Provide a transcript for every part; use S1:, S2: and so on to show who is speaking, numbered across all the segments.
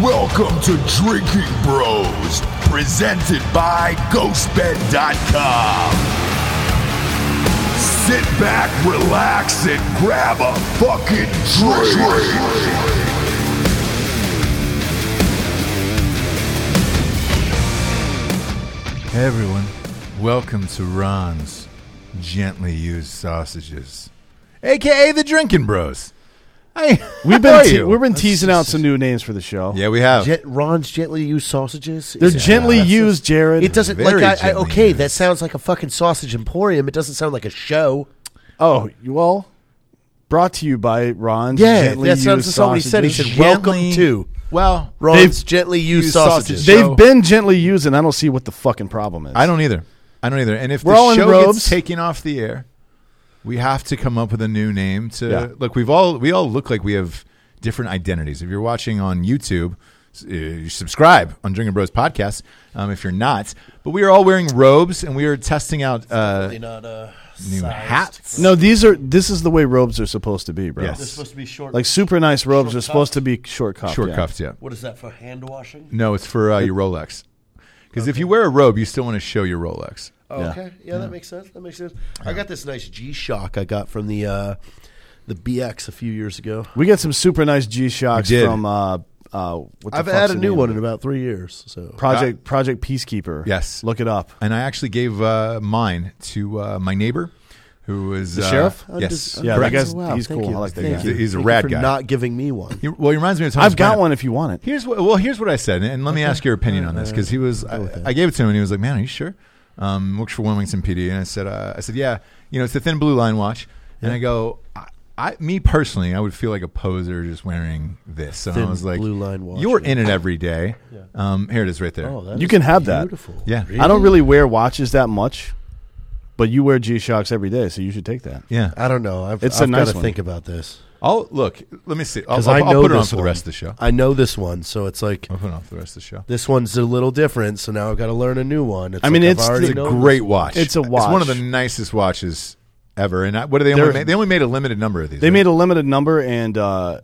S1: Welcome to Drinking Bros, presented by GhostBed.com. Sit back, relax, and grab a fucking drink.
S2: Hey everyone, welcome to Ron's Gently Used Sausages, aka the Drinking Bros. Hey,
S3: We've
S2: how
S3: been
S2: are
S3: te-
S2: you?
S3: we've been teasing out some new names for the show.
S2: yeah, we have.
S4: Gen- Ron's gently used sausages.
S3: They're
S4: Is it-
S3: gently used, Jared.
S4: It doesn't
S2: Very
S4: like I, I
S2: gently
S4: okay.
S2: used.
S4: That sounds like a fucking sausage emporium. It doesn't sound like a show.
S3: Oh, you all brought to you by Ron.
S4: Yeah,
S3: gently
S4: that's-
S3: used
S4: that's what he said. He
S3: sausages.
S4: said, welcome
S2: Gently-
S4: to-
S2: Well,
S4: Ron's
S3: They've-
S4: gently used,
S2: used
S4: sausages.
S2: sausages.
S3: They've
S2: So-
S3: been gently used, and I don't see what the fucking problem is.
S2: I don't either. I don't either. And if
S3: We're
S2: the
S3: all in
S2: show
S3: robes.
S2: gets taken off the air, we have to come up with a new name. To
S3: Yeah.
S2: look, we've all we all look like we have different identities. If you're watching on YouTube. s- uh, you subscribe on Drinking Bros podcast um, if you're not, but we are all wearing robes and we are testing out uh,
S4: They're not uh,
S2: new hats.
S3: No, these are. This is the way robes are supposed to be, bro.
S2: Yes.
S4: to be short.
S3: Like super nice robes are supposed to be short cuffed.
S2: Short
S3: yeah.
S2: cuffed, yeah.
S4: what is that for? Hand washing.
S2: No, it's for uh, your Rolex. Because if you wear a robe, you still want to show your Rolex.
S4: Oh,
S3: Yeah.
S4: Okay, yeah, that makes sense. That makes sense. I got this nice G Shock I got from the uh, the BX a few years ago.
S3: We got some super nice G shocks
S2: We did.
S3: from. Uh, uh, what the
S4: I've
S3: fuck's
S4: had
S3: the
S4: a new
S3: name?
S4: one Uh, in about three years. So
S3: Project Project Peacekeeper.
S2: Yes.
S3: look it up.
S2: And I actually gave uh, mine to uh, my neighbor, who was the
S3: sheriff?
S4: Uh,
S3: I
S2: Yes,
S3: Yeah, that
S2: correct.
S3: guy's-
S4: Wow,
S3: he's
S4: thank
S3: cool.
S4: you.
S3: I like that
S4: Thank
S3: guy.
S4: you.
S2: He's a
S4: Thank you
S2: rad
S4: for
S2: guy.
S4: Not giving me one.
S2: He- well, he reminds me of Thomas
S3: I've got
S2: Bryant.
S3: one if you want it.
S2: Here's what. Well, here's what I said, and let me ask your opinion on this because he was. I, I gave it to him, and he was like, "Man, are you sure?" Um, works for Wilmington PD, and I said, uh, "I said, yeah, you know, it's the thin blue line watch." And I go, I, "I, me personally, I would feel like a poser just wearing this." And I
S4: Thin
S2: was like,
S4: blue line watch,
S2: You're
S4: yeah.
S2: in it every day. Um, here it is, right there.
S4: Oh, that
S3: You
S4: is
S3: can have that.
S4: Beautiful.
S2: Yeah.
S4: Really?
S3: I don't really wear watches that much, but you wear G Shocks every day, so you should take that.
S2: yeah.
S4: I don't know. I've,
S3: It's a
S4: I've
S3: nice
S4: got to
S3: one.
S4: think about this
S2: I'll look. Let me see. I'll,
S4: because
S2: I'll-
S4: I
S2: I'll
S4: know
S2: put it on
S4: this
S2: for the
S4: one.
S2: rest of the show.
S4: I know this one, so it's like
S2: I'll put it on for the rest of the show.
S4: this one's a little different. So now I've got to learn a new one. It's
S3: I mean,
S4: like
S3: it's
S4: I've
S3: the
S4: already
S2: It's a
S4: known
S2: great watch.
S3: It's a
S2: It's one of the
S3: watch.
S2: nicest watches ever. And I, what do they only
S3: They're-
S2: make? They only made a limited number of these.
S3: They
S2: right?
S3: made a limited number, and uh,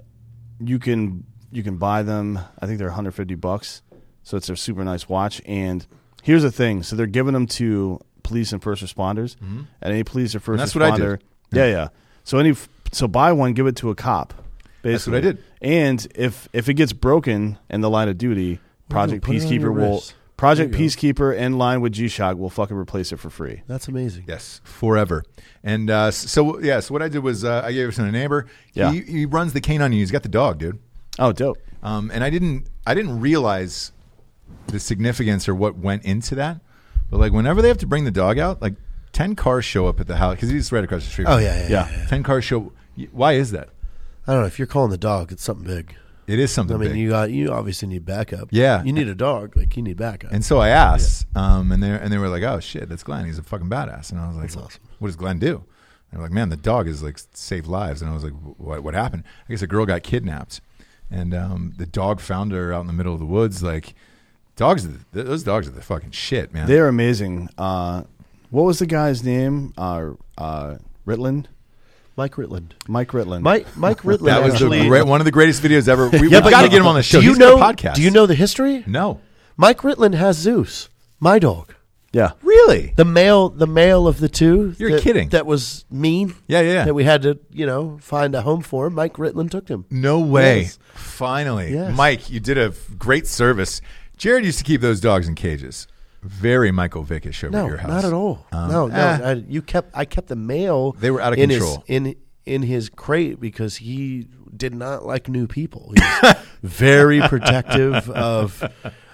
S3: you can you can buy them. I think they're 150 bucks, so it's a super nice watch. And here's the thing: so they're giving them to police and first responders, and any police or first
S2: Mm-hmm. that's what I did.
S3: responder. Yeah, yeah. So any f- so buy one, give it to a cop. Basically.
S2: That's what I did.
S3: And if if it gets broken in the line of duty, Project
S4: put it on your
S3: Peacekeeper will.
S4: wrist.
S3: Project Peacekeeper in line with G Shock will fucking replace it for free.
S4: That's amazing.
S2: Yes, forever. And uh, s- so, yeah, so what I did was uh, I gave it to a neighbor.
S3: Yeah.
S2: He, he runs the canine unit. He's got the dog, dude.
S3: Oh, dope.
S2: Um, and I didn't, I didn't realize the significance or what went into that. But like, whenever they have to bring the dog out, like ten cars show up at the house because he's right across the street.
S4: Oh yeah, yeah, yeah.
S3: Yeah.
S4: yeah.
S2: ten cars show. Why is that?
S4: I don't know if you're calling the dog. It's something big.
S2: It is something.
S4: I mean,
S2: big.
S4: you got you obviously need backup.
S2: Yeah.
S4: you need a dog. Like you need backup.
S2: And so I asked, um, and they and they were like, "Oh shit, that's Glenn. He's a fucking badass." And I was like,
S4: awesome.
S2: "What does Glenn do?" And they're like, "Man, the dog has like saved lives." And I was like, "What? What happened?" I guess a girl got kidnapped, and um, the dog found her out in the middle of the woods. Like, dogs, are the- th- those dogs are the fucking shit, man.
S3: They're amazing. Uh, what was the guy's name? Uh, uh, Ritland,
S4: Mike Ritland.
S3: Mike Ritland.
S4: Mike Mike Ritland.
S2: that was the
S4: actually,
S2: great, one of the greatest videos ever. We,
S4: Yeah,
S2: have
S4: but
S2: got to
S4: you-
S2: get him on the show.
S4: Do you
S2: He's
S4: know?
S2: got a podcast.
S4: Do you know the history?
S2: No,
S4: Mike Ritland has Zeus, my dog.
S3: Yeah,
S2: really?
S4: The male, the male of the two.
S2: You're
S4: that-
S2: kidding.
S4: That was mean.
S2: Yeah, yeah, yeah.
S4: That we had to, you know, find a home for. Mike Ritland took him.
S2: No way.
S4: Yes.
S2: Finally.
S4: Yes.
S2: Mike, you did a f- great service. Jared used to keep those dogs in cages. Very Michael Vickish over
S4: No,
S2: at your house.
S4: not at all.
S2: Um,
S4: no, no.
S2: eh.
S4: I, you kept. I kept the male.
S2: They were out of
S4: in his-
S2: control.
S4: in in his crate because he did not like new people. He was very protective of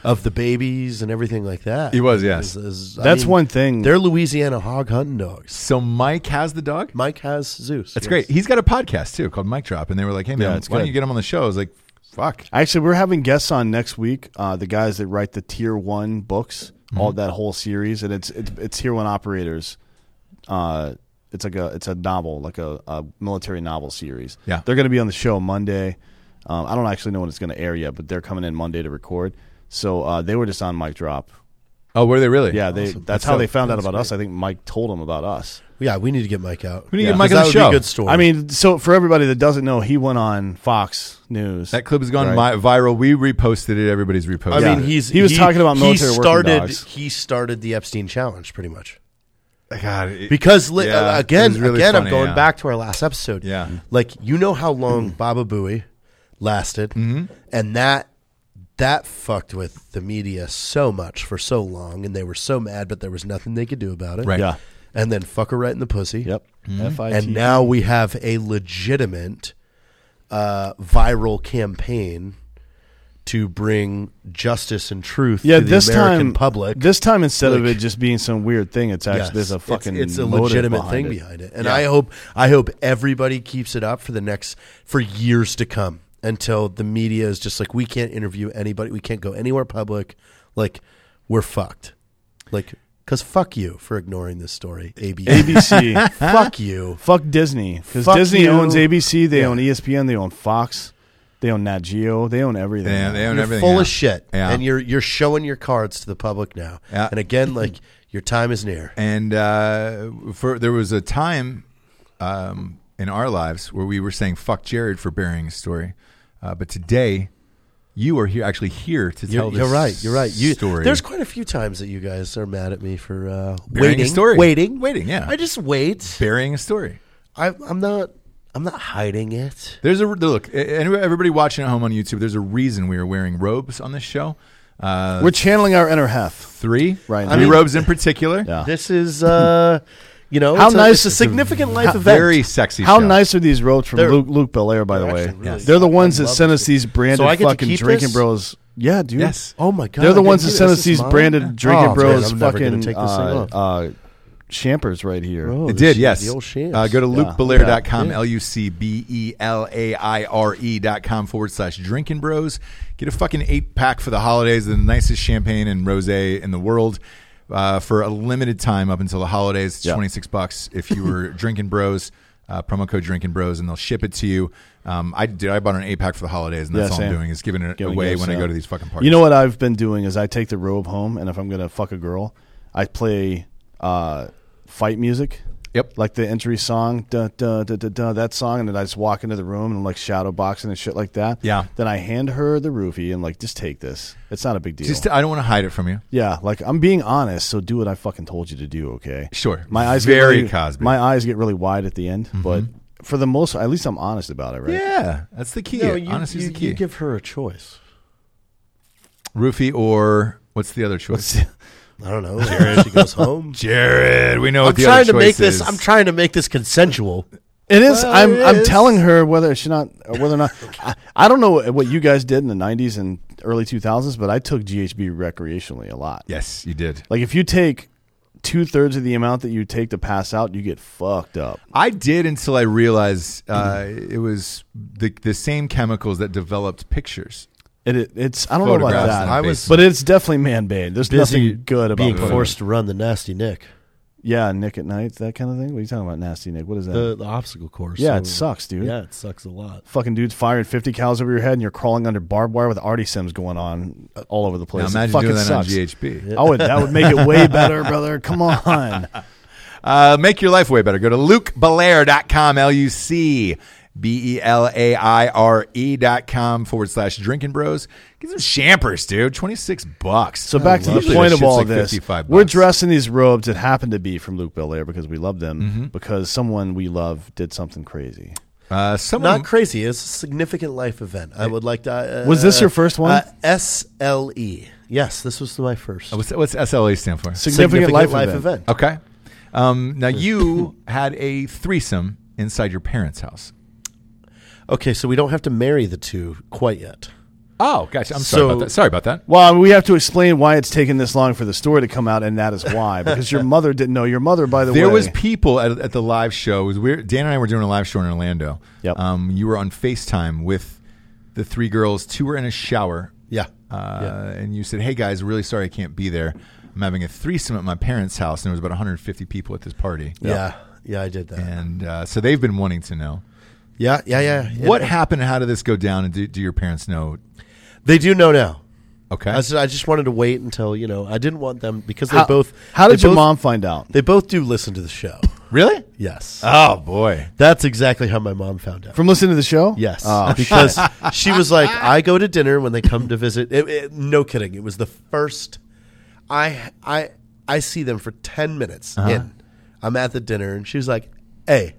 S4: of the babies and everything like that.
S2: He was, yes.
S4: It was- I
S3: that's
S4: mean,
S3: one thing.
S4: They're Louisiana hog hunting dogs.
S2: So Mike has the dog?
S4: Mike has Zeus.
S2: That's great. He's got a podcast too called Mike Drop. And they were like, hey, man,
S3: Yeah,
S2: why
S3: it's
S2: don't
S3: good.
S2: you get him on the show? I was like, fuck.
S3: Actually, we're having guests on next week. Uh, the guys that write the tier one books, all that whole series, and it's it's, it's tier one operators. Uh, it's like a it's a novel, like a, a military novel series.
S2: Yeah.
S3: they're going to be on the show Monday. Um, I don't actually know when it's going to air yet, but they're coming in Monday to record. So uh, they were just on Mike Drop.
S2: Oh, were they really?
S3: Yeah, they that's
S2: That's
S3: how
S2: so-
S3: they found out
S2: that's
S3: about us. I think Mike told them about us.
S4: Yeah, we need to get Mike out.
S2: We need to
S4: Yeah.
S2: get Mike
S4: 'Cause
S2: on
S4: that
S2: the
S4: would be
S2: show.
S4: a good story.
S3: I mean, so for everybody that doesn't know, he went on Fox News.
S2: That clip has gone
S3: Right.
S2: mi- viral. We reposted it. Everybody's reposted.
S4: I
S3: Yeah.
S4: mean,
S2: it.
S4: he's
S3: He was talking about military
S4: He
S3: working
S4: started.
S3: dogs.
S4: He started the Epstein challenge pretty much
S2: God, it-
S4: because li-
S2: yeah,
S4: uh,
S2: it
S4: again,
S2: was really
S4: again,
S2: funny,
S4: I'm going
S2: yeah.
S4: back to our last episode.
S2: Yeah.
S4: like you know how long Baba Booey lasted,
S2: Mm-hmm.
S4: and that that fucked with the media so much for so long, and they were so mad, but there was nothing they could do about it.
S2: Right.
S3: Yeah.
S4: and then fuck her right in the pussy.
S3: Yep. FIT.
S4: Hmm. and now we have a legitimate uh, viral campaign to bring justice and truth
S3: yeah,
S4: to the
S3: this
S4: American
S3: time
S4: public.
S3: This time instead of
S4: Like-
S3: it just being some weird thing, it's actually
S4: Yes.
S3: there's a
S4: It's-
S3: fucking
S4: It's, a
S3: motive
S4: legitimate
S3: behind
S4: thing
S3: it.
S4: behind it, and
S2: Yeah.
S4: I hope I hope everybody keeps it up for the next for years to come until the media is just like we can't interview anybody, we can't go anywhere public, like we're fucked, like because fuck you for ignoring this story, ABC.
S3: ABC.
S4: fuck you.
S3: Fuck Disney because
S4: Fuck
S3: Disney
S4: you.
S3: owns ABC, they own E ESPN, they own Fox, they own Nat Geo, they own everything.
S2: Yeah, they own
S4: you're
S2: everything.
S4: full
S2: yeah.
S4: of shit,
S2: Yeah.
S4: and you're you're showing your cards to the public now.
S2: Yeah.
S4: And again, like your time is near.
S2: And uh, for there was a time um, in our lives where we were saying "fuck Jared" for burying his story, uh, but today you are here, actually here to
S4: You're,
S2: tell this.
S4: you're right. You're right. You,
S2: story.
S4: There's quite a few times that you guys are mad at me for uh,
S2: Burying a
S4: waiting,
S2: story.
S4: waiting,
S2: Waiting, yeah.
S4: I just wait.
S2: burying a story.
S4: I, I'm not. I'm not hiding it.
S2: There's a look. and Everybody watching at home on YouTube, there's a reason we are wearing robes on this show. Uh,
S3: We're channeling our inner Heth.
S2: three,
S3: Right.
S2: Three
S3: I mean-
S2: robes in particular.
S3: Yeah.
S4: This is, uh, you know,
S3: How
S4: it's
S3: nice-
S4: A, it's a significant life
S2: How-
S4: event.
S2: Very sexy.
S3: How
S2: show.
S3: nice are these robes from
S4: They're-
S3: Luke, Luke Belair? By the
S4: they're
S3: way,
S4: actually really-
S3: they're the
S4: I
S3: ones that
S4: love
S3: sent
S4: this
S3: us these branded
S4: So I get to
S3: fucking
S4: keep
S3: drinking
S4: this?
S3: bros. Yeah, dude.
S2: Yes.
S4: Oh my god!
S3: They're the
S4: I
S3: ones that
S4: didn't
S3: sent
S4: do
S3: us
S4: this. This
S3: these
S4: is mine?
S3: branded drinking
S4: Oh,
S3: bros
S4: man, I'm never gonna
S3: fucking
S4: take this thing
S3: uh,
S4: off.
S3: uh, champers right here.
S4: Bro,
S2: It
S4: the
S2: did,
S4: sh-
S2: yes.
S4: The old shams.
S2: Uh, go to
S3: Yeah.
S2: lukebelair.com,
S4: Yeah.
S2: L U C B E L A I R E.com forward slash drinking bros. Get a fucking eight pack for the holidays, the nicest champagne and rose in the world. Uh, for a limited time up until the holidays, it's
S3: Yeah.
S2: 26 bucks if you were drinking bros, uh, promo code drinking bros, and they'll ship it to you. Um, I did. I bought an eight pack for the holidays, and that's
S3: Yeah,
S2: all I'm
S3: same.
S2: doing is giving it
S3: Giving
S2: away
S3: gifts,
S2: when I
S3: yeah.
S2: go to these fucking parties.
S3: You know what I've been doing is I take the robe home, and if I'm gonna fuck a girl, I play uh, fight music.
S2: Yep.
S3: like the entry song, da da da da da, that song, and then I just walk into the room and I'm like shadow boxing and shit like that.
S2: Yeah.
S3: Then I hand her the roofie and like just take this. It's not a big deal.
S2: Just, I don't want to hide it from you.
S3: yeah, like I'm being honest, so do what I fucking told you to do. Okay.
S2: Sure.
S3: My eyes
S2: Very Mm-hmm.
S3: get really,
S2: Cosby.
S3: My eyes get really wide at the end, but for the most, at least I'm honest about it, right?
S2: Yeah, that's the key.
S4: No, you,
S2: Honesty's
S4: you-
S2: the key.
S4: you give her a choice.
S2: Roofie or what's the other choice?
S4: I don't know. she goes home.
S2: Jared, we know
S4: I'm
S2: what the other
S4: trying to
S2: choice
S4: make this.
S2: is.
S4: I'm trying to make this consensual.
S3: It is.
S2: Well,
S3: I'm.
S2: it
S3: I'm
S2: is.
S3: telling her whether she not, or whether or not. I, I don't know what you guys did in the '90s and early 2000s, but I took GHB recreationally a lot.
S2: Yes, you did.
S3: Like if you take two thirds of the amount that you take to pass out, you get fucked up.
S2: I did until I realized uh, it was the the same chemicals that developed pictures.
S3: It, it it's. I don't know about
S2: Photographs
S3: that.
S2: and I was-
S3: but it's definitely man made. There's
S4: Busy
S3: nothing good about
S4: being
S3: it.
S4: forced to run the nasty Nick,
S3: Yeah, Nick at night, that kind of thing. What are you talking about, nasty Nick? What is that?
S5: the, the obstacle course.
S3: yeah, it
S5: so-
S3: sucks, dude.
S5: Yeah, it sucks a lot.
S3: Fucking dudes firing 50 cows over your head and you're crawling under barbed wire with Artie Sims going on all over the
S2: Now
S3: place. It
S2: imagine
S3: fucking
S2: doing that
S3: sucks.
S2: on GHB.
S3: Oh, that would make it way better, brother. Come on.
S2: Uh, make your life way better. Go to lukebelair.com, L U C B E L A I R E.com forward slash drinking bros. Get some champers, dude. 26 bucks.
S3: So back to the
S2: Usually
S3: point
S2: that
S3: of
S2: shit's
S3: all
S2: like
S3: this,
S2: 55
S3: we're
S2: bucks.
S3: dressed in these robes that happen to be from Luke Belair because we love them
S4: Mm-hmm.
S3: because someone we love did something crazy.
S2: Uh, someone,
S4: not crazy. It's a significant life event. I would like to. Uh,
S3: Was this your first one?
S4: Uh, SLE. Yes, this was my first.
S2: what's, what's SLE stand for?
S3: Significant, life, event.
S2: Okay. Um, now you had a threesome inside your parents' house.
S4: Okay, so we don't have to marry the two quite yet.
S2: Oh, gotcha. I'm
S4: So-
S2: sorry about that. Sorry about that.
S3: Well, we have to explain why it's taken this long for the story to come out, and that is why because your mother didn't know. Your mother, by the
S2: There
S3: way,
S2: was people at, at the live show. It was weird. Dan and I were doing a live show in Orlando.
S3: Yep.
S2: Um, you were on FaceTime with the three girls. Two were in a shower.
S4: Yeah.
S2: Uh, And you said, "Hey guys, really sorry I can't be there. I'm having a threesome at my parents' house, and there was about 150 people at this party.
S4: Yeah. Yeah, I did that.
S2: And uh, so they've been wanting to know
S4: Yeah, yeah, yeah. It-
S2: what happened. How did this go down? And do, do your parents know?
S4: They do know now.
S2: Okay.
S4: I, said, I just wanted to wait until, you know, I didn't want them because they
S3: how,
S4: both.
S3: How did
S4: they
S3: your
S4: both-
S3: mom find out?
S4: They both do listen to the show.
S2: Really?
S4: Yes.
S2: Oh boy.
S4: That's exactly how my mom found out.
S3: From listening to the show?
S4: Yes,
S3: Oh,
S4: because she was like, I go to dinner when they come to visit. It, it- no kidding, it was the first. I I I see them for ten minutes. In, I'm at the dinner, and she was like, "Hey,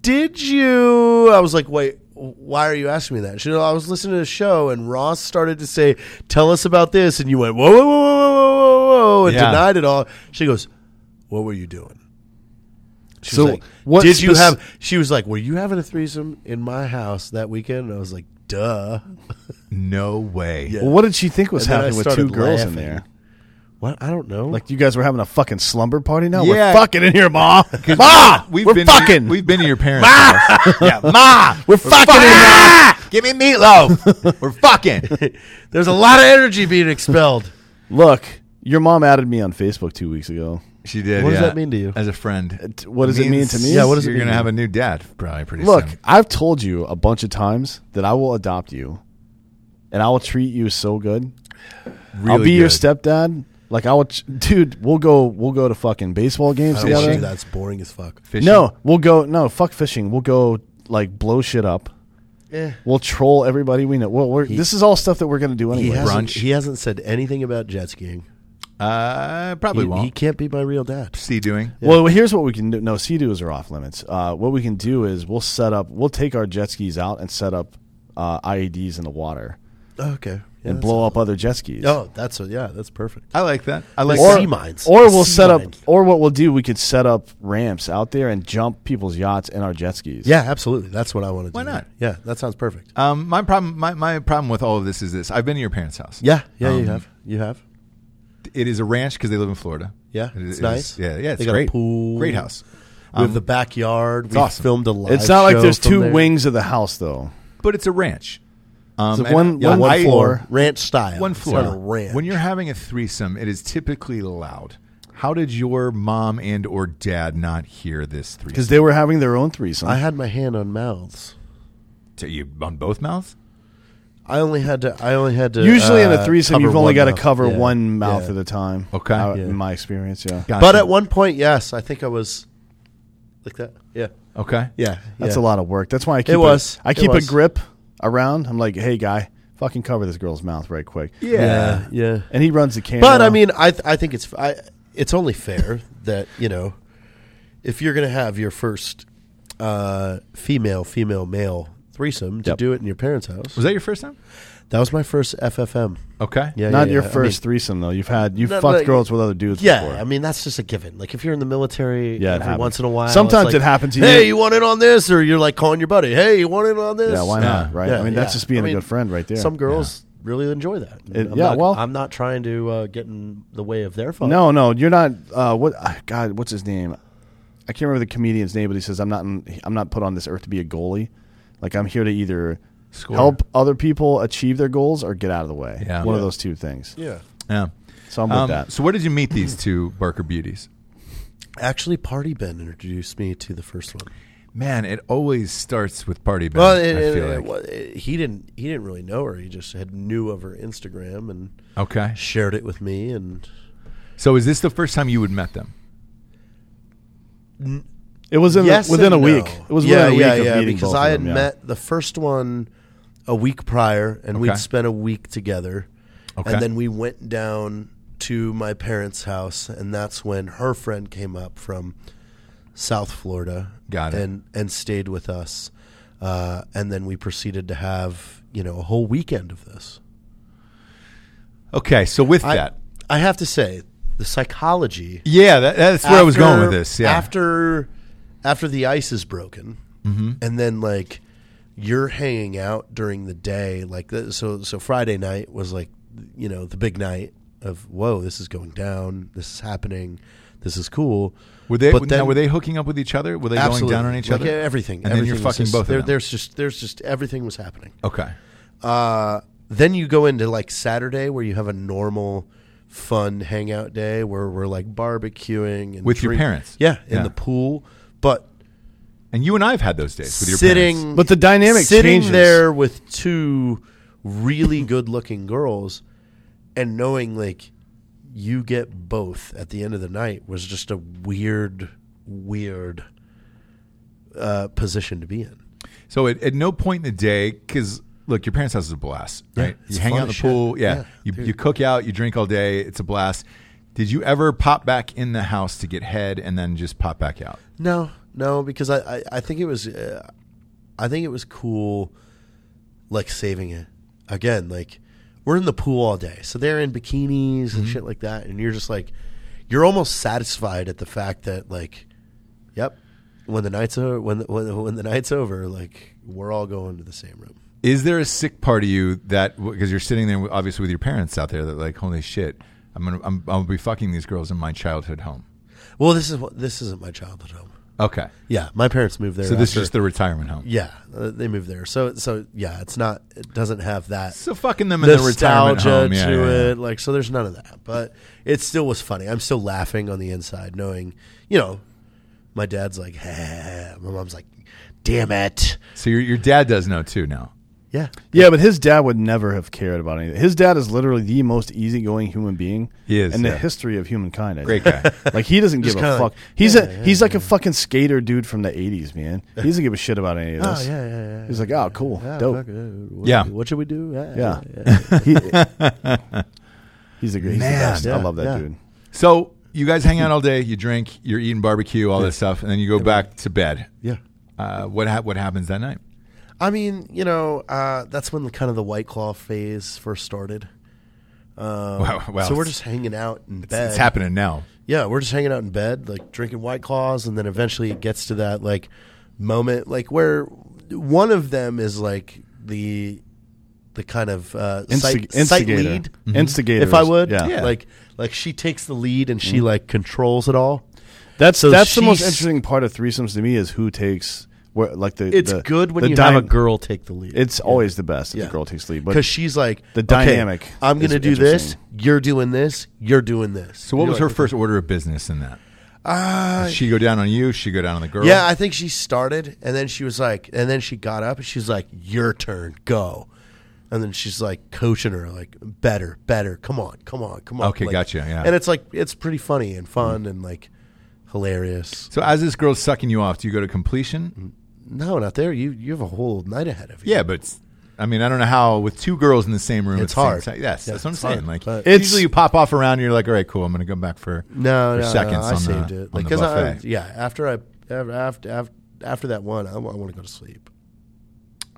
S4: did you?" I was like, "Wait." Why are you asking me that? She, I was listening to the show and Ross started to say, "Tell us about this," and you went, "Whoa, whoa, whoa, whoa, whoa, whoa, whoa," and
S2: Yeah.
S4: denied it all. She goes, "What were you doing?" She
S3: So
S4: was like,
S3: what
S4: did you
S3: spec-
S4: have? She was like, "Were you having a threesome in my house that weekend?" And I was like, "Duh."
S2: No way.
S4: Yeah.
S3: Well, what did she think was
S4: And then I
S3: happening with two
S4: started
S3: girls in
S4: laughing.
S3: there?
S4: What? I don't know.
S3: Like you guys were having a fucking slumber party now?
S2: Yeah.
S3: We're fucking in here, Ma. Ma!
S2: We've
S3: we're
S2: been
S3: fucking.
S2: To, we've been to your parents' house. yeah, ma.
S3: we're, fucking, in here.
S2: Give me meatloaf. We're fucking.
S4: there's a lot of energy being expelled.
S3: Look, your mom added me on Facebook two weeks ago.
S2: She did.
S4: What does
S2: yeah,
S4: that mean to you?
S2: as a friend?
S3: It- what does it mean
S2: means
S3: to me?
S4: Yeah, what does it
S2: you're
S4: mean
S2: gonna
S4: to
S2: have a new dad probably pretty
S3: Look,
S2: soon.
S3: I've told you a bunch of times that I will adopt you, and I will treat you so good.
S2: Really
S3: I'll be your
S2: good.
S3: stepdad. Like I will, ch- dude. We'll go. We'll go to fucking baseball games
S4: I don't want to do
S3: together.
S4: that. It's boring as fuck.
S2: Fishing.
S3: No, we'll go. No, fuck fishing. We'll go like blow shit up.
S4: Eh.
S3: We'll troll everybody we know. Well, we're, this is all stuff that we're gonna do
S4: He
S3: anyway.
S4: hasn't,
S2: Brunch.
S4: he hasn't said anything about jet skiing.
S2: uh, probably
S4: He,
S2: won't.
S4: he can't be my real dad.
S2: See doing.
S3: Well, here's what we can do. No, sea doos are off limits. Uh, what we can do is we'll set up. We'll take our jet skis out and set up uh, IEDs in the water
S4: Oh, okay. Yeah,
S3: and
S4: that's-
S3: blow up other jet skis.
S4: Oh, that's a, yeah, that's perfect.
S2: I like that. I like.
S4: Or-
S2: that.
S4: sea mines.
S3: Or we'll
S4: Sea
S3: set up,
S4: mine.
S3: or what we'll do, we could set up ramps out there and jump people's yachts in our jet skis.
S4: Yeah, absolutely. That's what I want to do.
S2: Why not?
S4: Yeah, that sounds perfect.
S2: Um, my problem. My, my problem with all of this is this. I've been to your parents' house.
S4: Yeah, yeah,
S2: Um,
S4: you have, you have.
S2: It is a ranch because they live in Florida.
S4: Yeah,
S2: It
S4: it's
S2: is-
S4: nice.
S2: Yeah, yeah. It's
S4: They got a
S2: great.
S4: pool.
S2: Great house.
S4: We have the backyard. We
S2: awesome.
S4: filmed a live.
S3: It's not like
S4: show
S3: there's
S4: from
S3: two
S4: there.
S3: wings of the house though.
S2: But it's a ranch. Um,
S3: It's
S2: and-
S3: one-
S2: yeah,
S3: one
S2: I-
S3: floor.
S4: ranch style.
S2: One
S4: It's
S2: floor.
S4: not a ranch.
S2: When you're having a threesome, it is typically loud. How did your mom and or dad not hear this
S3: Because
S2: threesome?
S3: they were having their own threesome.
S4: I had my hand on mouths.
S2: To you on both mouths?
S4: I only had to. I only had to.
S3: Usually in
S4: uh,
S3: a threesome,
S4: cover
S3: you've only
S4: one
S3: got to
S4: mouth.
S3: cover
S4: Yeah.
S3: one mouth
S4: Yeah.
S3: at a time.
S2: Okay.
S3: uh,
S4: Yeah.
S3: in my experience, yeah,
S2: Gotcha.
S4: But at one point, yes, I think I was like that. Yeah,
S2: okay,
S4: yeah,
S3: that's
S4: yeah.
S3: a lot of work. That's why I keep a-
S4: was.
S3: I
S4: It
S3: keep
S4: was.
S3: a grip around. I'm like, hey guy, fucking cover this girl's mouth right quick.
S4: Yeah, yeah.
S3: And he runs the camera.
S4: But I mean, I th- I think it's I, it's only fair that you know if you're gonna have your first uh, female female male threesome to
S3: Yep.
S4: do it in your parents' house.
S2: Was that your first time?
S4: That was my first FFM.
S2: Okay,
S4: Yeah,
S3: Oh. not
S4: yeah,
S3: your
S4: yeah. I
S3: first
S4: mean-
S3: threesome though. You've had you've
S4: No,
S3: fucked
S4: but-
S3: girls with other dudes.
S4: Yeah,
S3: before.
S4: I mean that's just a given. Like if you're in the military,
S3: Yeah, it
S4: every
S3: happens.
S4: once in a while,
S3: Sometimes
S4: it's
S3: it
S4: like,
S3: happens to you.
S4: Hey, you want in on this, or you're like calling your buddy. Hey, you want in on this?
S3: yeah, why not?
S2: Yeah.
S3: Right?
S4: Yeah,
S3: I mean, that's
S4: yeah.
S3: just being
S4: I
S3: a
S4: mean,
S3: good friend right there.
S4: Some girls really enjoy that.
S3: It-
S4: I'm
S3: yeah,
S4: not,
S3: well-
S4: I'm not trying to uh, get in the way of their fun.
S3: No, no, you're not. Uh, what? ah, God, what's his name? I can't remember the comedian's name, but he says I'm not. In, I'm not put on this earth to be a goalie. Like I'm here to either
S2: Score.
S3: help other people achieve their goals or get out of the way.
S2: Yeah.
S3: One of
S2: Yeah.
S3: those two things.
S4: yeah,
S2: yeah.
S3: So I'm with
S2: Um,
S3: that.
S2: So where did you meet these two Barker beauties?
S4: actually, Party Ben introduced me to the first one.
S2: Man, it always starts with party band.
S4: Well, it,
S2: I
S4: it-
S2: feel
S4: it-
S2: like.
S4: well, it- he didn't. He didn't really know her. He just had knew of her Instagram and
S2: okay.
S4: shared it with me. And
S2: So is this the first time you would met them?
S3: It was in the-
S4: yes,
S3: within
S4: and
S3: a week.
S4: no.
S3: It was within
S4: yeah,
S3: a week
S4: yeah,
S3: of
S4: yeah.
S3: meeting
S4: Because
S3: both of
S4: I had
S3: them, yeah.
S4: met the first one a week prior, and
S2: Okay.
S4: we'd spent a week together,
S2: Okay.
S4: and then we went down to my parents' house, and that's when her friend came up from South Florida,
S2: Got it.
S4: and and stayed with us, uh, and then we proceeded to have you know a whole weekend of this.
S2: Okay, so with
S4: I,
S2: that,
S4: I have to say, the psychology.
S2: yeah, that, that's where I was going with this. Yeah,
S4: After after the ice is broken,
S2: Mm-hmm.
S4: and then like you're hanging out during the day, like th- so. So Friday night was like you know the big night of whoa, this is going down, this is happening, this is cool.
S2: were they
S4: But
S2: now, were they hooking up with each other? Were they
S4: absolutely,
S2: going down on each
S4: like,
S2: other?
S4: Everything,
S2: and
S4: everything
S2: then you're
S4: was
S2: fucking
S4: just-
S2: both. of
S4: there-
S2: them.
S4: There's just there's just everything was happening
S2: okay.
S4: uh, then you go into like Saturday where you have a normal fun hangout day where we're like barbecuing and
S2: With your parents.
S4: Yeah, in
S2: Yeah.
S4: the pool, but
S2: And you and I have had those days with your
S4: sitting
S2: parents.
S3: But the dynamic
S4: sitting
S3: changes.
S4: there with two really good-looking girls and knowing like you get both at the end of the night was just a weird, weird uh, position to be in.
S2: So at, at no point in the day, because look, your parents' house is a blast, right?
S4: it's
S2: you hang
S4: fun
S2: out in the
S4: as shit.
S2: pool, yeah.
S4: Yeah,
S2: you, you cook out, you drink all day, it's a blast. Did you ever pop back in the house to get head and then just pop back out?
S4: No, no, because I, I, I think it was, uh, I think it was cool, like saving it. Again, like we're in the pool all day, so they're in bikinis
S2: Mm-hmm.
S4: and shit like that, and you're just like, you're almost satisfied at the fact that like, yep, when the night's over, when the, when, when the night's over, like we're all going to the same room.
S2: Is there a sick part of you that because you're sitting there obviously with your parents out there that like holy shit, I'm gonna I'm, I'll be fucking these girls in my childhood home.
S4: Well, this is what this isn't my childhood home.
S2: Okay,
S4: Yeah, my parents moved there.
S2: so this is
S4: after-
S2: just the retirement home.
S4: yeah, uh, they moved there. So so yeah, it's not it doesn't have that
S2: So fucking them in the retirement home, yeah,
S4: to
S2: yeah, yeah.
S4: it. Like, so there's none of that. But it still was funny. I'm still laughing on the inside, knowing, you know, my dad's like, my mom's like, damn it.
S2: So your your dad does know too now.
S4: Yeah.
S3: Yeah, but his dad would never have cared about anything. His dad is literally the most easygoing human being
S2: He is,
S3: in
S2: yeah.
S3: the history of humankind. I
S2: Great
S3: think.
S2: guy.
S3: like he doesn't give
S4: Just kinda
S3: a fuck.
S4: like,
S3: he's a he's like a fucking skater dude from the '80s, man. He doesn't give a shit about any of
S4: Oh,
S3: this.
S4: yeah, yeah, yeah.
S3: He's like, oh, cool,
S4: Yeah,
S3: dope.
S4: fuck it. What,
S2: "Ah, Yeah.
S4: What should we do? Yeah.
S3: Yeah. He- he's a great he's the
S2: Man.
S3: best. I
S4: Yeah,
S3: love that
S4: yeah.
S3: dude.
S2: So you guys hang out all day, you drink, you're eating barbecue, all this stuff, and then you go back to bed.
S4: Yeah.
S2: Uh, what ha- what happens that night?
S4: I mean, you know, uh, that's when the kind of the White Claw phase first started. Um,
S2: Wow, wow.
S4: So we're just hanging out in
S2: It's,
S4: bed.
S2: it's happening now.
S4: Yeah, we're just hanging out in bed, like drinking white claws, and then eventually it gets to that like moment, like where one of them is like the the kind of uh,
S3: Instig-
S4: sight, sight
S3: instigator. Mm-hmm.
S4: lead,
S3: Instigator.
S4: if I would,
S3: Yeah. Mm-hmm.
S2: Yeah.
S4: like like she takes the lead and she like controls it all.
S3: That's
S4: So
S3: that's the most
S4: she's-
S3: interesting part of threesomes to me is who takes where like the
S4: It's
S3: the-
S4: good when
S3: the
S4: you have a
S3: dyna-
S4: girl take the lead.
S3: It's always the best if
S4: Yeah.
S3: the girl takes lead,
S4: because
S3: but
S4: she's like
S3: the
S4: "Okay,
S3: dynamic
S4: I'm going to
S3: is
S4: do this.
S3: interesting.
S4: You're doing this. You're doing this.
S2: So what
S4: You're
S2: was her
S4: like,
S2: first order of business in that?
S4: "Ah,
S2: Did she go down on you? She go down on the girl?
S4: Yeah, I think she started, and then she was like, and then she got up, and she's like, "Your turn, go." And then she's like coaching her, like, "Better, better, come on, come on, come on."
S2: Okay,
S4: like-
S2: gotcha, yeah. Mm-hmm.
S4: and it's like it's pretty funny and fun and like hilarious.
S2: so as this girl's sucking you off, do you go to completion?
S4: No, not there. You you have a whole night ahead of you.
S2: Yeah, but it's- I mean, I don't know how with two girls in the same room.
S4: It's
S2: at the same
S4: hard.
S2: time- yes,
S4: Yeah,
S2: that's what I'm
S4: it's
S2: saying.
S4: hard,
S2: like
S4: but-
S3: It's-
S2: usually you pop off around, and you're like, all right, cool, I'm gonna come back for
S4: No,
S2: for
S4: no, no,
S2: seconds
S4: I
S2: on
S4: saved
S2: the
S4: it.
S2: on
S4: Like,
S2: the
S4: 'cause I-
S2: buffet.
S4: yeah, after I after after after that one, I, want to go to sleep.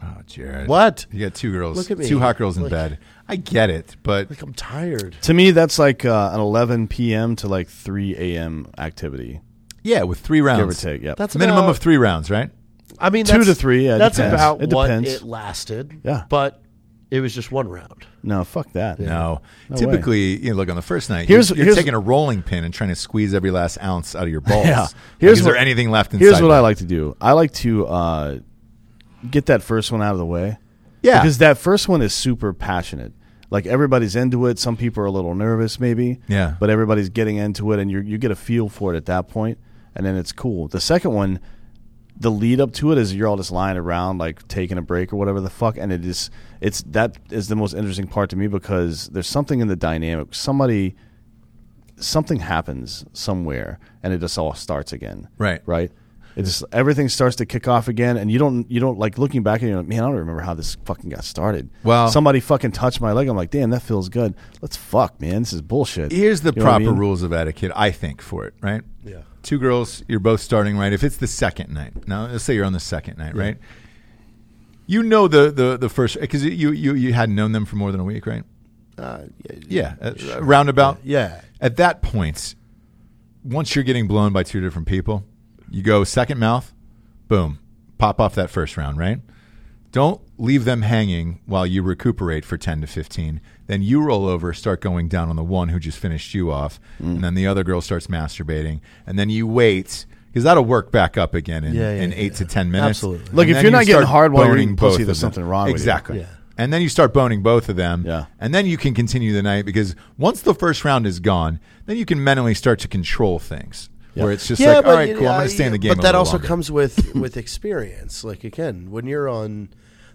S2: Oh, Jared,
S4: What?
S2: You got two girls,
S4: Look at me.
S2: two hot girls in
S4: Like-
S2: bed. I get it, but
S4: Like I'm tired.
S3: to me that's like uh, an 11 p.m. to like 3 a.m. activity,
S2: yeah, with three rounds,
S3: give or take. Yeah,
S4: That's
S2: minimum
S4: about-
S2: of three rounds, right?
S4: I mean,
S3: Two
S4: that's-
S3: to three, yeah, it
S4: that's
S3: depends.
S4: about
S3: It
S4: what
S3: depends.
S4: it lasted.
S3: Yeah.
S4: but it was just one round.
S3: no, fuck that.
S2: No.
S3: No
S2: Typically, you know, look on the first night.
S3: Here's-
S2: you're, you're
S3: here's-
S2: taking a rolling pin and trying to squeeze every last ounce out of your balls.
S3: Yeah.
S2: Like,
S3: Here's
S2: is
S3: what-
S2: there anything left inside?
S3: Here's what I
S2: them?
S3: like to do. I like to uh, get that first one out of the way.
S2: Yeah.
S3: Because that first one is super passionate. Like everybody's into it. Some people are a little nervous, maybe.
S2: Yeah.
S3: But everybody's getting into it, and you you get a feel for it at that point, and then it's cool. The second one, the lead up to it is you're all just lying around, like taking a break or whatever the fuck, and it is it's that is the most interesting part to me because there's something in the dynamic. Somebody, something happens somewhere, and it just all starts again.
S2: Right.
S3: Right. It just everything starts to kick off again, and you don't you don't like looking back and you're like, man, I don't remember how this fucking got started.
S2: Well-
S3: somebody fucking touched my leg. I'm like, damn, that feels good. Let's fuck, man. This is bullshit.
S2: Here's the
S3: You know what I
S2: proper
S3: mean?
S2: rules of etiquette, I think, for it, right?
S4: Yeah.
S2: Two girls, you're both starting right. If it's the second night, now let's say you're on the second night, right? You know the the, the first because you, you you hadn't known them for more than a week, right?
S4: Uh,
S2: Yeah, uh, roundabout.
S4: yeah.
S2: At that point, once you're getting blown by two different people, you go second mouth, boom, pop off that first round, right? Don't leave them hanging while you recuperate for 10 to 15. Then you roll over, start going down on the one who just finished you off,
S4: Mm.
S2: and then the other girl starts masturbating, and then you wait. Because that'll work back up again in,
S4: Yeah, yeah,
S2: in
S4: yeah,
S2: eight to
S4: yeah.
S2: ten minutes.
S4: Absolutely.
S2: And
S3: Look, if
S2: then
S3: you're
S2: you
S3: not getting
S2: start
S3: hard while you're
S2: boning
S3: eating pussy,
S2: both of
S3: there's
S2: them.
S3: something wrong with you.
S2: Exactly.
S4: Yeah.
S2: And then you start boning both of them.
S3: Yeah.
S2: And then you can continue the night because once the first round is gone, then you can mentally start to control things. Where it's just like, all right, cool, I'm going to stay in the game.
S4: uh, But
S2: a
S4: that
S2: little
S4: also
S2: longer."
S4: comes with with experience. Like again, when you're uh, on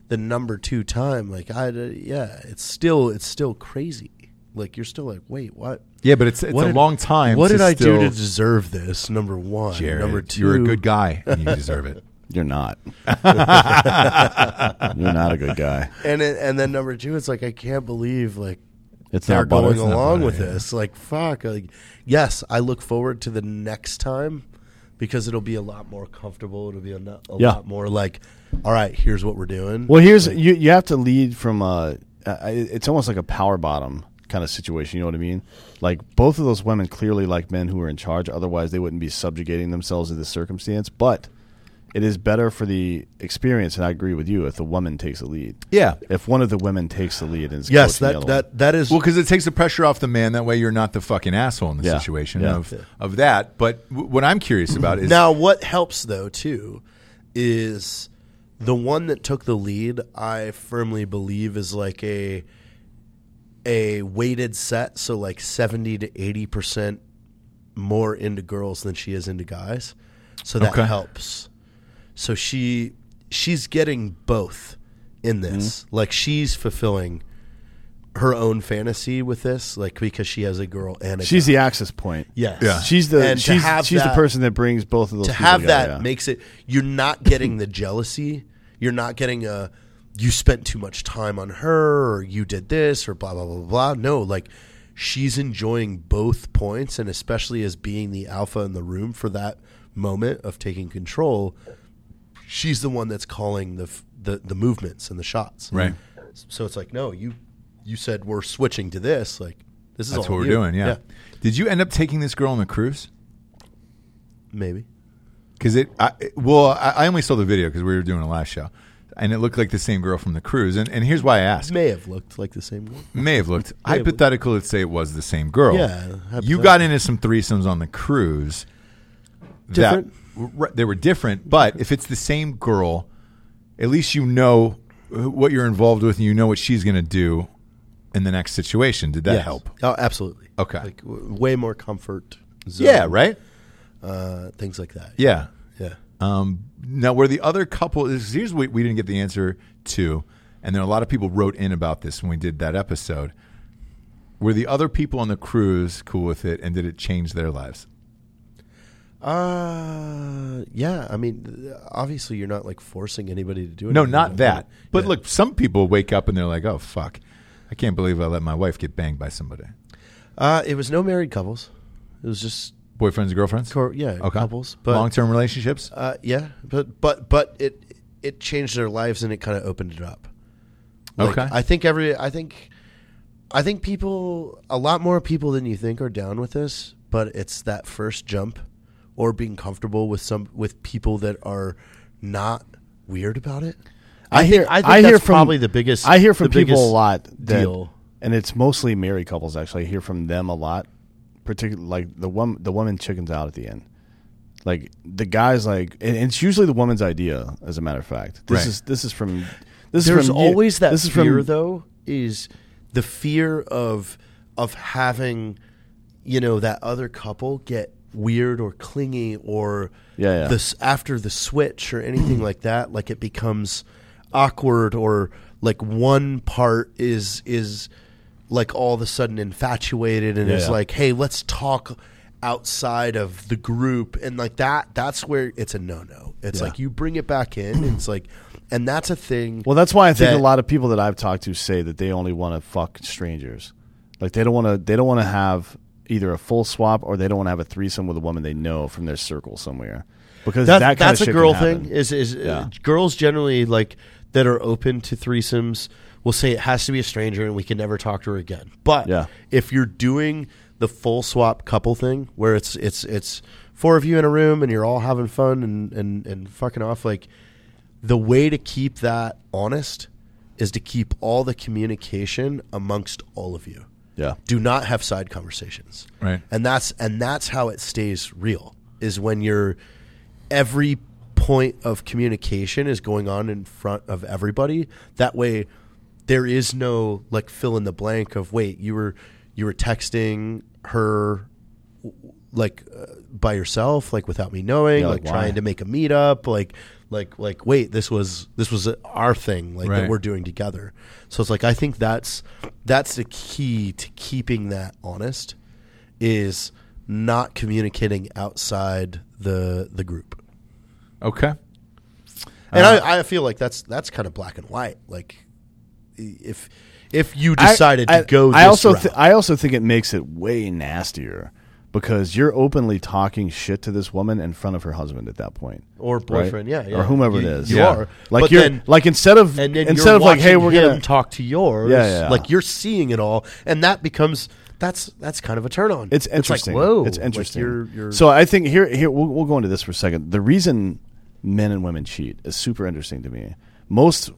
S4: the number two time, like I yeah, it's still it's still crazy. Like you're still like, wait, what?
S2: Yeah, but it's it's
S4: What
S2: a
S4: did-
S2: long time.
S4: What
S2: to
S4: did I
S2: still-
S4: do to deserve this? Number one.
S2: Jared,
S4: number 2
S2: You're a good guy and you deserve it.
S3: You're not. You're not a good guy.
S4: And it, and then number two, it's like I can't believe like
S3: It's
S4: they're
S3: not butter.
S4: going
S3: It's not
S4: along
S3: butter,
S4: with
S3: yeah.
S4: this. Like fuck. Like yes, I look forward to the next time because it'll be a lot more comfortable. It'll be a, no- a
S3: Yeah.
S4: lot more like, all right, here's what we're doing.
S3: Well, here's you. You have to lead from a. I- It's almost like a power bottom kind of situation. You know what I mean? Like both of those women clearly like men who are in charge. Otherwise, they wouldn't be subjugating themselves to this circumstance. But it is better for the experience, and I agree with you. If the woman takes the lead,
S2: Yeah.
S3: If one of the women takes the lead, and is
S4: yes,
S3: coaching the
S4: that
S3: other one.
S4: that that is
S2: Well, because it takes the pressure off the man. That way, you're not the fucking asshole in the
S3: Yeah.
S2: situation
S3: Yeah.
S2: of of that. But w- what I'm curious about is
S4: Now, what helps though too is the one that took the lead. I firmly believe is like a a weighted set, so like seventy to eighty percent more into girls than she is into guys. So that
S2: Okay.
S4: helps. So she she's getting both in this.
S2: Mm-hmm.
S4: Like she's fulfilling her own fantasy with this, like because she has a girl and a
S3: she's
S4: guy.
S3: the axis point.
S4: Yes.
S2: Yeah.
S3: she's the
S4: And to
S3: she's,
S4: have
S3: she's
S4: that-
S3: the person that brings both of those.
S4: to
S3: people
S4: have that
S3: together, yeah.
S4: makes it you're not getting the jealousy you're not getting a you spent too much time on her or you did this or blah blah blah blah no like she's enjoying both points and especially as being the alpha in the room for that moment of taking control she's the one that's calling the f- the, the movements and the shots
S2: Right.
S4: so it's like no you you said we're switching to this like this is
S2: that's
S4: all
S2: what we're
S4: you.
S2: doing. Yeah. Did you end up taking this girl on the cruise?
S4: maybe
S2: Because it, I, it- well, I, I only saw the video because we were doing a live show, and it looked like the same girl from the cruise. And, and here's why I asked.
S4: may have looked like the same one
S2: May have looked hypothetical. Let's say it was the same girl.
S4: Yeah,
S2: you got into some threesomes on the cruise.
S4: Different.
S2: That, r- they were different, but if it's the same girl, at least you know uh, what you're involved with, and you know what she's going to do in the next situation. Did that
S4: Yes.
S2: help?
S4: Oh, absolutely.
S2: Okay.
S4: Like w- way more comfort. zone,
S2: Yeah. Right.
S4: Uh, things like that.
S2: Yeah.
S4: Yeah.
S2: Um, now, where the other couple is, here's what we didn't get the answer to, and there are a lot of people wrote in about this when we did that episode. Were the other people on the cruise cool with it, and did it change their lives?
S4: Uh, yeah. I mean, th- obviously, you're not like forcing anybody to do it.
S2: No, not that. But look, some people wake up and they're like, "Oh fuck, I can't believe I let my wife get banged by somebody."
S4: uh, it was no married couples. It was just
S2: Boyfriends, and girlfriends,
S4: cor- yeah
S2: okay.
S4: couples, but
S2: long-term relationships.
S4: Uh, yeah, but but but it it changed their lives and it kind of opened it up. Like,
S2: Okay.
S4: I think every I think I think people a lot more people than you think are down with this, but it's that first jump or being comfortable with some with people that are not weird about it.
S3: I hear.
S4: I
S3: I,
S4: think
S3: hear
S4: that's
S3: from,
S4: probably the biggest-
S3: I hear from
S4: the
S3: people a
S4: biggest
S3: lot. That,
S4: deal.
S3: and it's mostly married couples. Actually, I hear from them a lot. Particularly, like the one, the woman chickens out at the end. Like the guys, like, and it's usually the woman's idea. As a matter of fact, this
S2: Right.
S3: is this is from. This
S4: There's
S3: is from,
S4: always that
S3: This is
S4: fear,
S3: from,
S4: though, is the fear of of having, you know, that other couple get weird or clingy or
S3: Yeah, yeah.
S4: this after the switch or anything like that. Like it becomes awkward or like one part is is like all of a sudden infatuated and
S3: Yeah,
S4: is
S3: yeah.
S4: like, hey, let's talk outside of the group and like that that's where it's a no-no it's
S3: Yeah.
S4: like you bring it back in and it's like and that's a thing
S3: Well, that's why I think
S4: that-
S3: a lot of people that I've talked to say that they only want to fuck strangers. Like they don't want to. They don't want to have either a full swap or they don't want to have a threesome with a woman they know from their circle somewhere. Because that, kind
S4: that's
S3: of
S4: a
S3: shit can
S4: girl
S3: happen.
S4: thing. Is is
S3: Yeah.
S4: uh, girls generally like that are open to threesomes will say it has to be a stranger and we can never talk to her again. But
S3: Yeah.
S4: if you're doing the full swap couple thing where it's it's it's four of you in a room and you're all having fun and and and fucking off like the way to keep that honest is to keep all the communication amongst all of you.
S3: Yeah.
S4: Do not have side conversations.
S2: Right.
S4: And that's and that's how it stays real is when you're every point of communication is going on in front of everybody. That way there is no like fill in the blank of wait, you were you were texting her like uh, by yourself, like without me knowing,
S3: Yeah,
S4: like,
S3: like, why?
S4: trying to make a meetup, like like like wait this was this was our thing like
S2: Right.
S4: that we're doing together so it's like i think that's that's the key to keeping that honest is not communicating outside the the group
S2: Okay.
S4: and
S3: Uh-huh.
S2: Uh,
S4: I, I feel like that's that's kind of black and white like if if you decided
S3: I,
S4: to go this
S3: I also
S4: route,
S3: thi- I also think it makes it way nastier because you're openly talking shit to this woman in front of her husband at that point.
S4: or
S3: right?
S4: boyfriend yeah, yeah
S3: or whomever
S4: You-
S3: it is.
S4: you
S2: Yeah.
S4: are
S3: Like
S4: But
S3: you're
S4: then-
S3: like instead of
S4: and then
S3: instead
S4: you're
S3: of like, hey,
S4: watching
S3: we're
S4: him
S3: gonna
S4: talk to yours.
S3: Yeah, yeah.
S4: Like you're seeing it all, and that becomes that's that's kind of a turn on.
S3: It's interesting.
S4: It's like, whoa,
S3: It's
S4: like,
S3: interesting.
S4: you're, you're,
S3: So I think here here we'll, we'll go into this for a second. The reason men and women cheat is super interesting to me. Most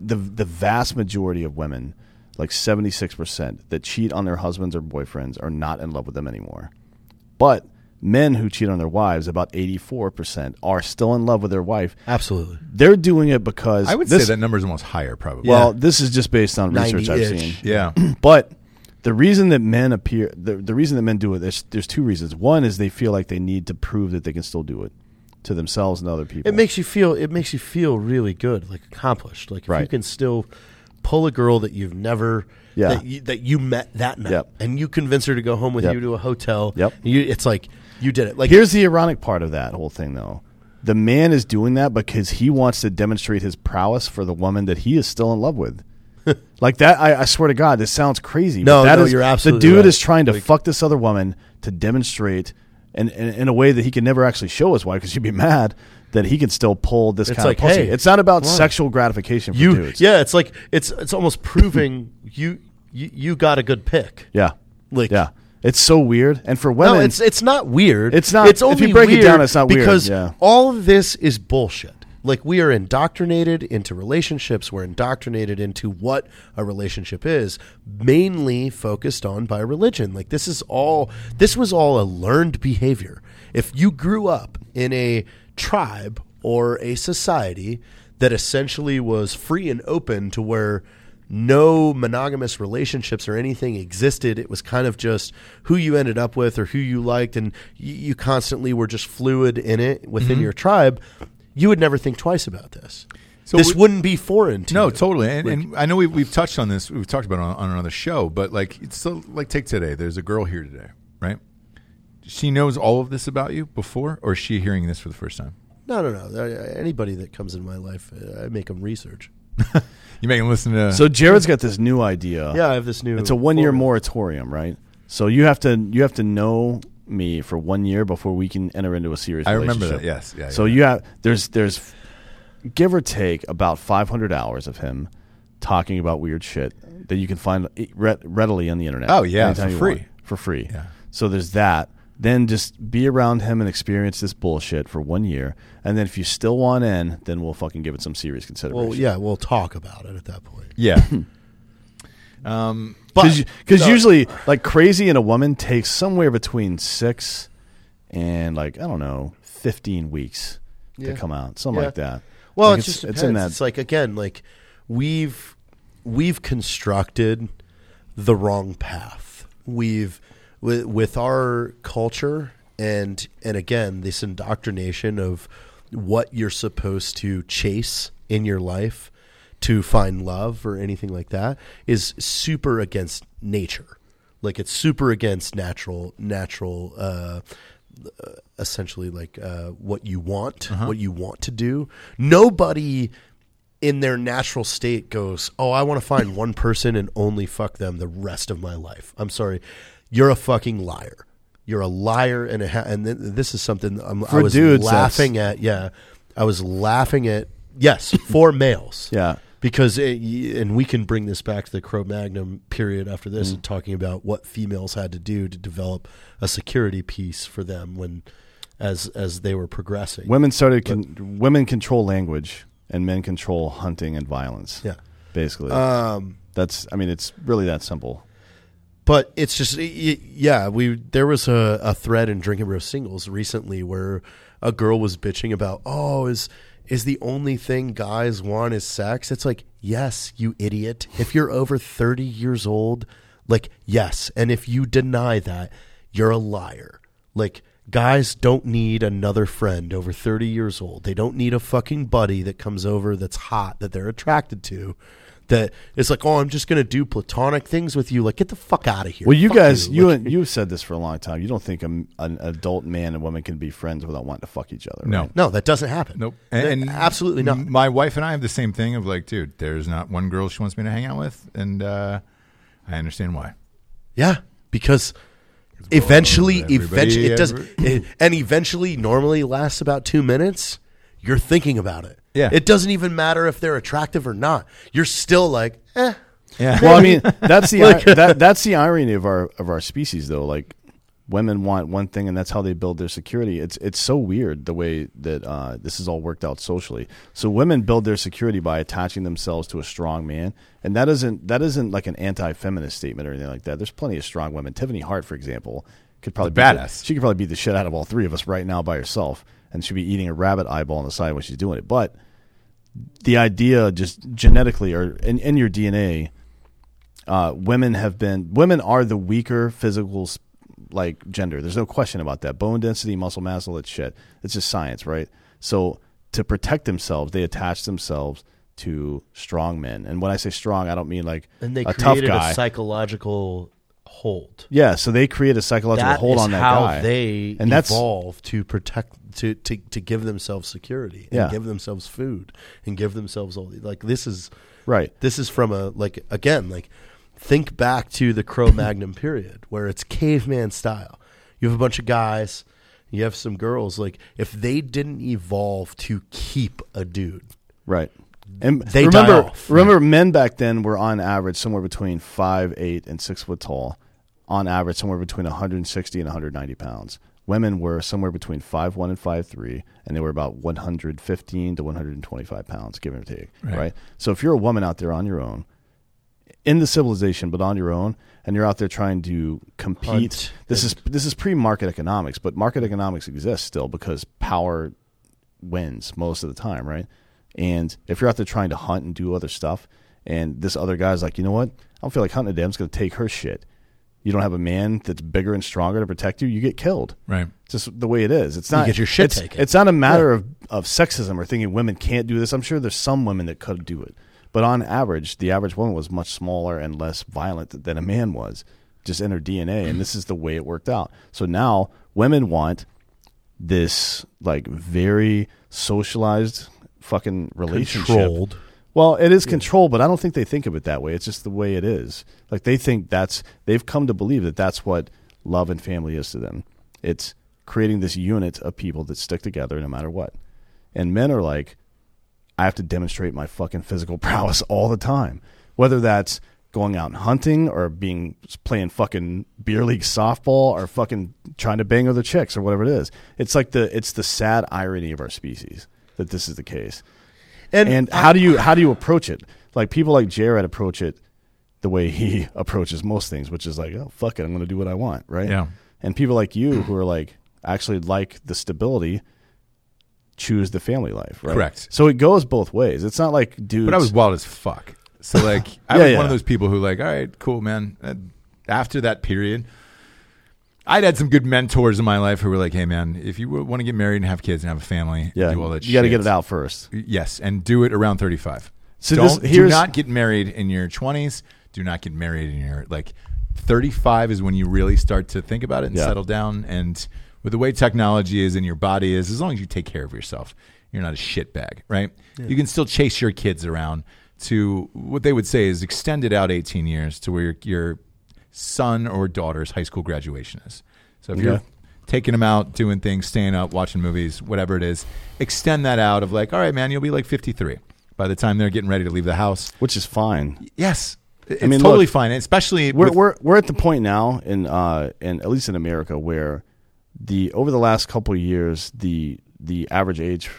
S3: the the vast majority of women, like seventy six percent, that cheat on their husbands or boyfriends are not in love with them anymore. But men who cheat on their wives, about eighty four percent, are still in love with their wife.
S4: absolutely
S3: They're doing it because
S2: I would
S3: this,
S2: say that number is almost higher, probably.
S3: Well, this is just based on research I've
S4: 90-ish.
S3: seen.
S2: yeah.
S3: But the reason that men appear, the, the reason that men do it, there's, there's two reasons. One is they feel like they need to prove that they can still do it to themselves and other people.
S4: it makes you feel it makes you feel really good, like accomplished. Like if you
S3: Right.
S4: can still pull a girl that you've never
S3: Yeah.
S4: that, you, that you met that night,
S3: Yep.
S4: and you convince her to go home with
S3: Yep.
S4: you to a hotel.
S3: Yep.
S4: you, it's like you did it. Like
S3: Here's the ironic part of that whole thing, though. The man is doing that because he wants to demonstrate his prowess for the woman that he is still in love with. like that, I, I swear to God, this sounds crazy.
S4: No,
S3: but that
S4: no,
S3: is-
S4: you're absolutely
S3: The dude
S4: right.
S3: is trying to fuck this other woman to demonstrate, and in, in a way that he can never actually show his wife because she'd be mad that he can still pull this
S4: It's
S3: kind
S4: like,
S3: of pussy.
S4: hey,
S3: it's not about
S4: come on.
S3: sexual gratification for
S4: you,
S3: dudes.
S4: yeah, it's like it's it's almost proving you you, you got a good pick.
S3: yeah,
S4: Like-
S3: yeah. It's so weird, and for
S4: No,
S3: women,
S4: it's it's not weird.
S3: It's not-
S4: It's
S3: if you
S4: only
S3: break it down,
S4: weird
S3: it's not weird,
S4: because
S3: yeah.
S4: all of this is bullshit. Like we are indoctrinated into relationships. We're indoctrinated into what a relationship is, mainly focused on by religion. Like this is all. This was all a learned behavior. If you grew up in a tribe or a society that essentially was free and open to where no monogamous relationships or anything existed. It was kind of just who you ended up with or who you liked, and you, you constantly were just fluid in it within
S2: Mm-hmm.
S4: your tribe. You would never think twice about this.
S2: So
S4: this
S2: would-
S4: wouldn't be foreign to
S2: No,
S4: you.
S2: totally. And, and I know we've, we've touched on this. We've talked about it on, on another show, but like, it's so, like take today. There's a girl here today, right? She knows all of this about you before, or is she hearing this for the first time?
S4: no, no, no. Uh, Anybody that comes in my life, uh, I make them research.
S2: You make them listen to.
S3: so Jared's got this new idea.
S4: Yeah, I have this new.
S3: It's a one year
S4: formula.
S3: moratorium, right? So you have to you have to know me for one year before we can enter into a serious.
S2: I remember
S3: relationship.
S2: that, yes. Yeah,
S3: so
S2: yeah.
S3: you have there's there's give or take about 500 hours of him talking about weird shit that you can find e- re- readily on the internet.
S2: Oh, yeah,
S3: anytime
S2: for
S3: you
S2: free.
S3: want, for free.
S2: Yeah.
S3: So there's that. Then just be around him and experience this bullshit for one year, and then if you still want in, then we'll fucking give it some serious consideration.
S4: Well, yeah, we'll talk about it at that point.
S2: yeah.
S4: But
S3: because
S4: No.
S3: usually like crazy in a woman takes somewhere between six and like i don't know 15 weeks
S4: Yeah.
S3: to come out something
S4: Yeah.
S3: like that
S4: Well,
S3: Like,
S4: it just depends.
S3: it's in that
S4: It's like again, like we've we've constructed the wrong path. We've with, with our culture and and again this indoctrination of what you're supposed to chase in your life to find love or anything like that is super against nature. Like it's super against natural natural uh essentially like uh, what you want,
S3: Uh-huh.
S4: what you want to do. Nobody in their natural state goes, "Oh, I want to find one person and only fuck them the rest of my life." I'm sorry, you're a fucking liar. You're a liar, and a ha- and th- this is something I'm, I
S3: For
S4: was
S3: dudes,
S4: laughing at. Yeah, I was laughing at. Yes, for males
S3: Yeah.
S4: because it, y- and we can bring this back to the Cro-Magnon period after this and talking about what females had to do to develop a security piece for them when as as they were progressing.
S3: women started con- women control language and men control hunting and violence
S4: Yeah. Uh,
S3: basically that's i mean it's really that simple
S4: but it's just y- y- yeah we there was a, a thread in drinking bro singles recently where a girl was bitching about oh is is the only thing guys want is sex it's like yes you idiot if you're over 30 years old like yes and if you deny that you're a liar like guys don't need another friend over 30 years old. They don't need a fucking buddy that comes over that's hot that they're attracted to. That it's like, oh, I'm just gonna do platonic things with you. Like, get the fuck out of here.
S3: Well, you
S4: Fuck
S3: guys, you
S4: Like,
S3: and you've said this for a long time. You don't think a m an adult man and woman can be friends without wanting to fuck each other.
S2: No.
S3: right?
S4: no, that doesn't happen.
S2: Nope.
S4: That- absolutely not.
S2: m- My wife and I have the same thing of like, dude, there's not one girl she wants me to hang out with, and uh, I understand why.
S4: Yeah, because eventually,
S2: everybody-
S4: eventually, it does,
S2: every-
S4: it- and eventually, normally lasts about two minutes. You're thinking about it.
S2: Yeah.
S4: it doesn't even matter if they're attractive or not. You're still like, eh.
S2: Yeah.
S3: Well, I mean, that's the ir- that, that's the irony of our of our species, though. Like, women want one thing, and that's how they build their security. It's it's so weird the way that uh, this is all worked out socially. So women build their security by attaching themselves to a strong man, and that isn't that isn't like an anti-feminist statement or anything like that. There's plenty of strong women. Tiffany Hart, for example, could probably
S2: The
S3: beat the-
S2: badass.
S3: she could probably beat the shit out of all three of us right now by herself, and she'd be eating a rabbit eyeball on the side when she's doing it. But the idea just genetically or in, in your DNA, uh, women have been women are the weaker physical s- like gender. There's no question about that. Bone density, muscle mass, all that shit. It's just science, right? So to protect themselves, they attach themselves to strong men. And when I say strong, I don't mean like
S6: And they
S3: a tough
S6: created
S3: guy.
S6: a psychological hold.
S3: yeah, so they create a psychological
S6: That
S3: hold
S6: is
S3: on that
S6: how
S3: guy.
S6: they
S3: and that's
S4: evolve to protect to, to to give themselves security and
S3: Yeah.
S4: give themselves food and give themselves all like this is
S3: right.
S4: this is from a like again like think back to the cro-magnon period where it's caveman style you have a bunch of guys you have some girls like if they didn't evolve to keep a dude
S3: Right. And
S4: They die
S3: remember,
S4: off.
S3: remember, men back then were on average somewhere between five eight and six foot tall. On average, somewhere between 160 and 190 pounds. Women were somewhere between five one and five three, and they were about 115 to 125 pounds, give or take. Right. So if you're a woman out there on your own, in the civilization, but on your own, and you're out there trying to compete.
S4: Hunt
S3: This is this is pre-market economics, but market economics exists still because power wins most of the time, right? And if you're out there trying to hunt and do other stuff, and this other guy's like, you know what? I don't feel like hunting today. I'm just going to take her shit. You don't have a man that's bigger and stronger to protect you. You get killed.
S2: Right.
S3: It's Just the way it is. It's not
S4: get your shit
S3: it's,
S4: taken.
S3: It's not a matter of, of sexism or thinking women can't do this. I'm sure there's some women that could do it, but on average, the average woman was much smaller and less violent than a man was, just in her DNA. And this is the way it worked out. So now women want this like very socialized fucking relationship.
S4: Controlled.
S3: Well, it is controlled, but I don't think they think of it that way. It's just the way it is. Like they think that's they've come to believe that that's what love and family is to them. It's creating this unit of people that stick together no matter what. And men are like, I have to demonstrate my fucking physical prowess all the time, whether that's going out and hunting or being playing fucking beer league softball or fucking trying to bang other chicks or whatever it is. It's like the it's the sad irony of our species that this is the case. And, how do you how do you approach it? Like people like Jared approach it the way he approaches most things, which is like, oh fuck it, I'm going to do what I want, right?
S2: Yeah.
S3: And people like you who are like actually like the stability choose the family life, right?
S2: Correct.
S3: So it goes both ways. It's not like dudes.
S2: But I was wild as fuck. So like, I
S3: Yeah,
S2: was
S3: yeah.
S2: one of those people who like, all right, cool, man. Uh, After that period, I'd had some good mentors in my life who were like, hey, man, if you want to get married and have kids and have a family,
S3: yeah.
S2: do all that.
S3: you got to get it
S2: shit,
S3: out first.
S2: Yes, and do it around 35.
S3: So
S2: Don't,
S3: this-
S2: do
S3: here's-
S2: not get married in your 20s. Do not get married in your like 35 is when you really start to think about it and
S3: Yeah.
S2: settle down. And with the way technology is and your body is, as long as you take care of yourself, you're not a shitbag, right? You can still chase your kids around to what they would say is extend it out 18 years to where your, your son or daughter's high school graduation is. So if you're
S3: Okay.
S2: taking them out, doing things, staying up, watching movies, whatever it is, extend that out of like, all right, man, you'll be like 53 by the time they're getting ready to leave the house.
S3: Which is fine.
S2: Yes. It's
S3: mean,
S2: totally
S3: look,
S2: fine, especially
S3: we're,
S2: with-
S3: we're we're at the point now in uh in at least in America where the over the last couple of years the the average age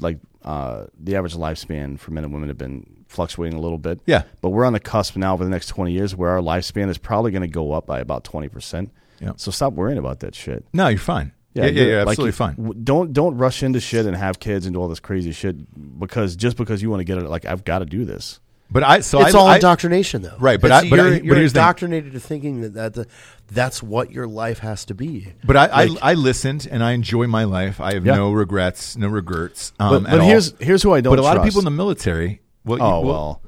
S3: like uh the average lifespan for men and women have been fluctuating a little bit.
S2: Yeah.
S3: But we're on the cusp now over the next 20 years where our lifespan is probably going to go up by about 20%.
S2: Yeah.
S3: So stop worrying about that shit.
S2: no, you're fine. Yeah, yeah, yeah,
S3: you're- like,
S2: absolutely
S3: you-
S2: fine.
S3: w- Don't don't rush into shit and have kids and do all this crazy shit because just because you want to get it, like I've got to do this.
S2: But I so
S4: it's
S2: I,
S4: all
S2: I,
S4: indoctrination, though.
S2: Right, but
S4: It's-
S2: I- but I-
S4: you're,
S2: but
S4: you're
S2: here's the thing.
S4: indoctrinated to thinking that, that the, that's what your life has to be.
S2: But I,
S4: Like-
S2: I I listened and I enjoy my life. I have
S3: Yeah.
S2: no regrets, no regrets.
S3: But,
S2: Um,
S3: but here's here's who I don't.
S2: but a lot of
S3: trust.
S2: people in the military. Well, you-
S3: oh
S2: well,
S3: well,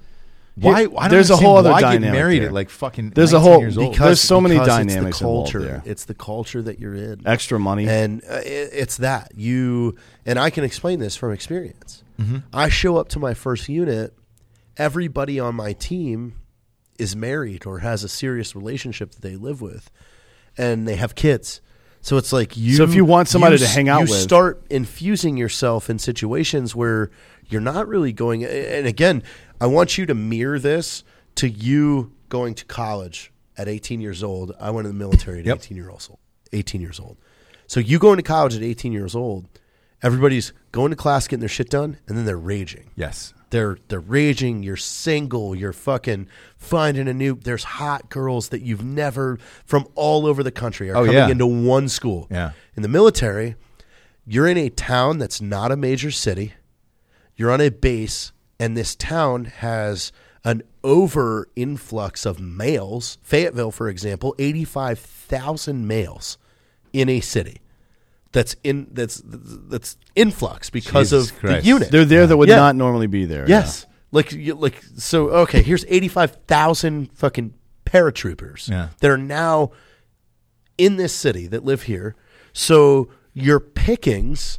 S2: why?
S3: Here-
S2: I don't
S3: there's a
S2: understand
S3: whole other
S2: why get
S3: dynamic
S2: married
S3: there.
S2: at like fucking.
S3: There's a
S2: 19
S3: whole-
S2: years old.
S3: because- There's so many
S4: because It's
S3: dynamics
S4: the
S3: involved
S4: culture.
S3: there.
S4: It's the culture that you're in.
S3: extra money.
S4: and uh, it, it's that you and I can explain this from experience. I show up to my first unit. Everybody on my team is married or has a serious relationship that they live with, and they have kids. So it's like you.
S3: So if you want somebody to
S4: s-
S3: hang out
S4: you
S3: with-
S4: start infusing yourself in situations where you're not really going. And again, I want you to mirror this to you going to college at 18 years old. I went in the military at 18 year old. 18 years old. So you going to college at 18 years old. Everybody's going to class, getting their shit done, and then they're raging
S2: yes.
S4: they're they're raging you're single you're fucking finding a new there's hot girls that you've never from all over the country are
S2: Oh,
S4: coming
S2: yeah.
S4: into one school
S2: Yeah.
S4: in the military you're in a town that's not a major city you're on a base and this town has an over influx of males fayetteville for example 85000 males in a city that's in that's that's influx because
S2: Jesus
S4: of
S2: Christ.
S4: the unit
S3: they're there that would
S4: Yeah.
S3: not normally be there.
S4: Yes. Like you, like so okay, here's 85,000 fucking paratroopers
S2: Yeah.
S4: that are now in this city that live here. So your pickings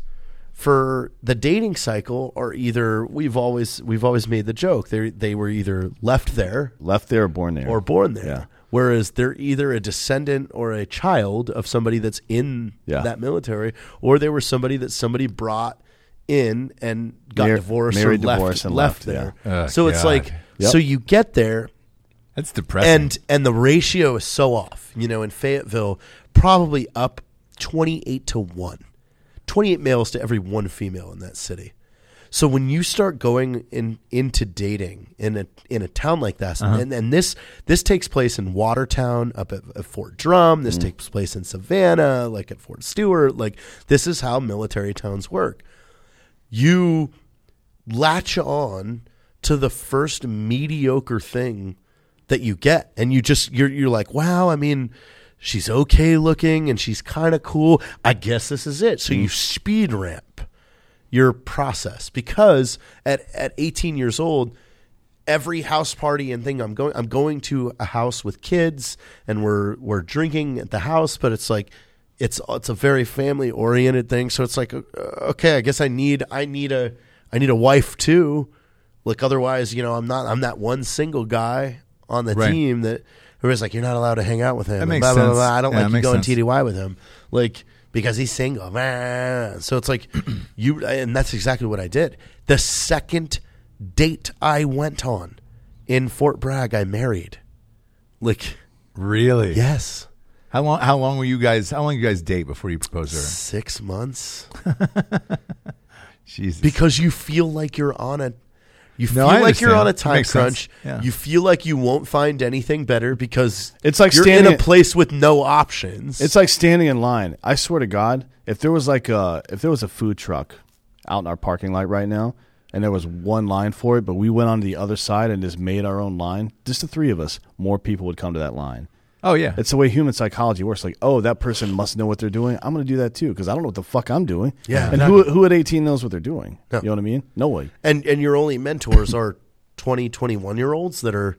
S4: for the dating cycle are either we've always we've always made the joke they they were either left there
S3: yeah. left there, or born there,
S4: or born there.
S3: Yeah.
S4: Whereas they're either a descendant or a child of somebody that's in
S3: Yeah.
S4: that military, or they were somebody that somebody brought in and got
S3: Mar-
S4: divorced
S3: married,
S4: or left,
S3: divorced, and left,
S4: left, there.
S2: yeah. Oh,
S4: so it's
S2: God.
S4: like,
S3: Yep.
S4: so you get there,
S2: That's depressing.
S4: and and the ratio is so off. You know, in Fayetteville, probably up twenty eight to one. 28 males to every one female in that city. So when you start going in into dating in a in a town like that, and, and this this takes place in Watertown up at, at Fort Drum, this takes place in Savannah, like at Fort Stewart, like this is how military towns work. You latch on to the first mediocre thing that you get and you just you're you're like wow i mean she's okay looking and she's kind of cool i guess this is it so you speed ramp your process because at at 18 years old every house party and thing I'm going I'm going to a house with kids and we're we're drinking at the house but it's like it's it's a very family oriented thing so it's like uh, okay I guess I need I need a I need a wife too like otherwise you know I'm not I'm that one single guy on the
S2: Right.
S4: team that who is like you're not allowed to hang out with him
S2: That
S4: and
S2: makes
S4: blah, blah, blah,
S2: sense.
S4: blah. I don't
S2: Yeah, that
S4: like you
S2: makes
S4: going
S2: sense.
S4: TDY with him, like because he's single. Blah. So it's like you, and that's exactly what I did. The second date I went on in Fort Bragg, I married. Like
S2: really,
S4: yes,
S2: How long? How long were you guys? How long you guys date before you proposed to her?
S4: six months
S2: Jesus.
S4: because you feel like you're on a. You feel
S2: No, I
S4: like you're
S2: understand.
S4: on a
S2: It
S4: time
S2: makes sense.
S4: crunch.
S2: Yeah.
S4: You feel like you won't find anything better because
S3: It's like
S4: you're
S3: standing-
S4: in a place with no options.
S3: It's like standing in line. I swear to God, if there was like a if there was a food truck out in our parking lot right now, and there was one line for it, but we went on to the other side and just made our own line, just the three of us, more people would come to that line.
S2: oh yeah.
S3: It's the way human psychology works. Like, oh, that person must know what they're doing. I'm going to do that too because I don't know what the fuck I'm doing.
S4: Yeah,
S3: and who who at 18 knows what they're doing? You know what I mean? No way.
S4: and and your only mentors are 20 21 year olds that are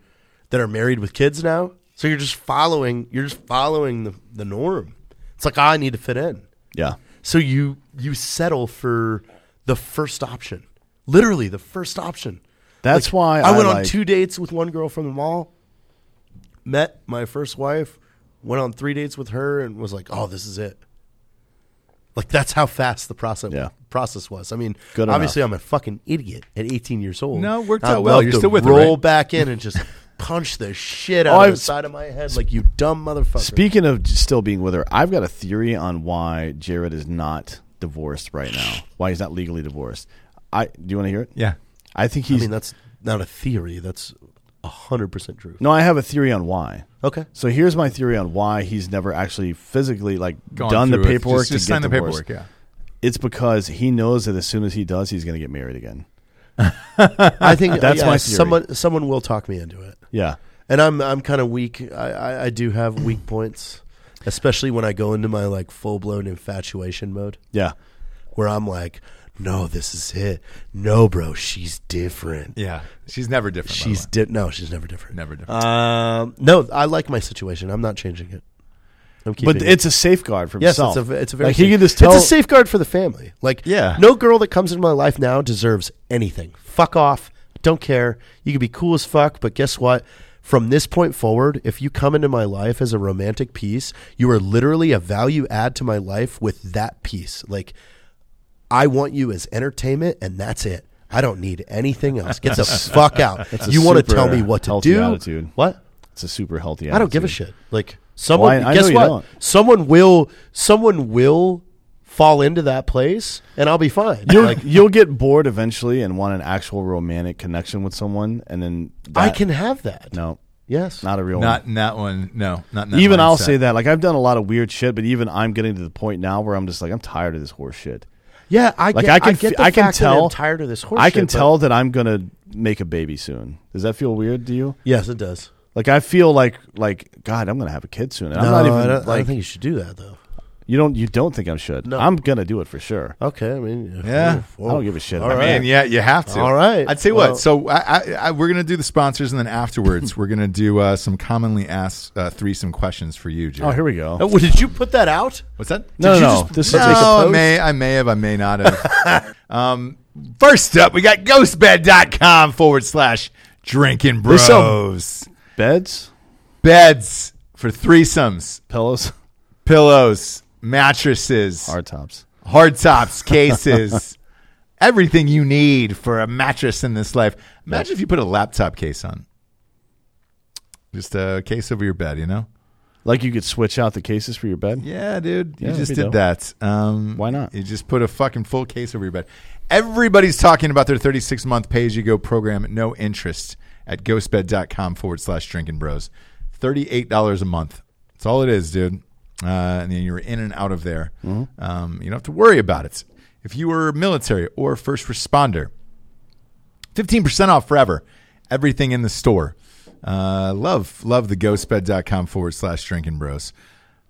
S4: that are married with kids now so you're just following you're just following the, the norm it's like "Ah, i need to fit in
S3: Yeah,
S4: so you you settle for the first option literally the first option
S3: that's
S4: Like,
S3: why
S4: i went on
S3: like-
S4: two dates with one girl from the mall met my first wife went on three dates with her and was like oh this is it like that's how fast the process
S3: Yeah.
S4: process was. I mean,
S3: Good
S4: obviously I'm a fucking idiot at 18 years old.
S2: No, it worked
S4: I'd
S2: out well.
S4: love
S2: You're
S4: to
S2: still with her,
S4: roll
S2: right?
S4: back in and just punch the shit out
S3: Oh,
S4: of
S3: I've-
S4: the side of my head like you dumb motherfucker.
S3: Speaking of j- still being with her, I've got a theory on why Jared is not divorced right now. Why he's not legally divorced. I do you want to hear it?
S2: yeah.
S3: I think
S4: I
S3: he's
S4: mean, uh, that's not a theory. That's 100% true.
S3: no. I have a theory on why.
S4: Okay.
S3: So here's my theory on why he's never actually physically like
S2: Gone
S3: done the
S2: through it.
S3: paperwork
S2: Just, just
S3: to
S2: sign
S3: get
S2: the
S3: divorced.
S2: paperwork. Yeah.
S3: It's because he knows that as soon as he does, he's going to get married again.
S4: I think
S3: That's
S4: yeah,
S3: my theory.
S4: someone someone will talk me into it.
S3: Yeah.
S4: And I'm I'm kind of weak. I, I I do have weak points, especially when I go into my like full blown infatuation mode,
S3: Yeah.
S4: where I'm like, no, this is it. No, bro, she's different.
S2: Yeah, she's never different. by the
S4: She's
S2: way.
S4: di- no, she's never different.
S2: never different.
S4: Um, no, I like my situation. I'm not changing it. I'm keeping
S3: But
S4: it.
S3: it's a safeguard for
S4: yes,
S3: himself.
S4: it's a it's a very
S3: like he
S4: safe-
S3: can just tell.
S4: it's a safeguard for the family. Like
S3: Yeah.
S4: no girl that comes into my life now deserves anything. Fuck off. Don't care. You can be cool as fuck, but guess what? From this point forward, if you come into my life as a romantic piece, you are literally a value add to my life with that piece. Like I want you as entertainment, and that's it. I don't need anything else. Get the fuck out.
S3: a
S4: You want to
S3: super
S4: tell me what to
S3: healthy
S4: do?
S3: attitude.
S4: What?
S3: it's a super healthy.
S4: I don't give a
S3: attitude.
S4: shit. Like someone,
S3: I- I know
S4: guess
S3: you
S4: what?
S3: don't.
S4: Someone will, someone will fall into that place, and I'll be fine.
S3: You'll,
S4: like
S3: you'll get bored eventually and want an actual romantic connection with someone, and then
S4: I
S3: that-
S4: can have that.
S3: No,
S4: Yes.
S3: not a real
S2: not
S3: one.
S2: in that one. No, not in that
S3: Even I'll
S2: mindset.
S3: say that. Like I've done a lot of weird shit, but even I'm getting to the point now where I'm just like I'm tired of this horse shit.
S4: yeah, I
S3: Like
S4: get,
S3: I can,
S4: get
S3: f-
S4: the
S3: I can
S4: fact that
S3: tell.
S4: I'm tired of this horse.
S3: I can
S4: shit, but-
S3: tell that I'm gonna make a baby soon. Does that feel weird to you?
S4: Yes, it does.
S3: Like I feel like like God, I'm gonna have a kid soon. And
S4: No,
S3: I'm not even
S4: I, don't, I
S3: like
S4: don't think you should do that though.
S3: you don't you don't think I should.
S4: No.
S3: I'm gonna do it for sure.
S4: Okay, I mean,
S2: Yeah.
S4: oh,
S3: I don't give a shit.
S4: All
S3: I
S4: right.
S2: Man, yeah, you have to.
S4: All right.
S2: I'd say
S4: Well-
S2: what. So I, I, I, we're gonna do the sponsors, and then afterwards we're gonna do uh, some commonly asked uh, threesome questions for you, Jared.
S3: Oh, here we go.
S4: Oh, well, did you put that out?
S2: What's that?
S3: no,
S4: Did you
S3: no,
S4: just-
S3: this is
S2: No,
S3: like a
S2: I
S3: post.
S2: may, I may have, I may not have. um, first up, we got ghostbed.com forward slash drinking bros.
S3: sell- beds,
S2: Beds for threesomes,
S3: pillows,
S2: pillows, mattresses,
S3: hard tops.
S2: hard tops, cases, everything you need for a mattress in this life. Imagine if you put a laptop case on. Just a case over your bed, you know?
S3: Like you could switch out the cases for your bed.
S2: Yeah, dude.
S3: Yeah,
S2: you
S3: that'd
S2: just
S3: be
S2: did
S3: dope.
S2: that. Um,
S3: Why not?
S2: You just put a fucking full case over your bed. Everybody's talking about their 36 month pay as you go program at no interest at ghostbed.com forward slash drinking bros. $38 a month. That's all it is, dude. Uh, and then you're in and out of there.
S3: Mm-hmm.
S2: Um, you don't have to worry about it. If you were military or first responder, 15% off forever. Everything in the store. Uh, love, love the ghostbed.com forward slash drinking bros.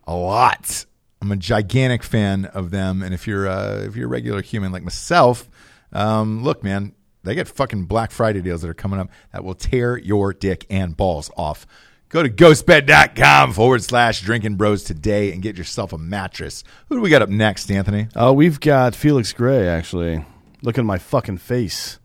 S2: A lot. I'm a gigantic fan of them. And if you're, uh, if you're a regular human like myself, um, look, man, they got fucking Black Friday deals that are coming up that will tear your dick and balls off. Go to ghostbed.com forward slash drinking bros today and get yourself a mattress. Who do we got up next, Anthony?
S3: Uh, we've got Felix Gray actually. Look at my fucking face.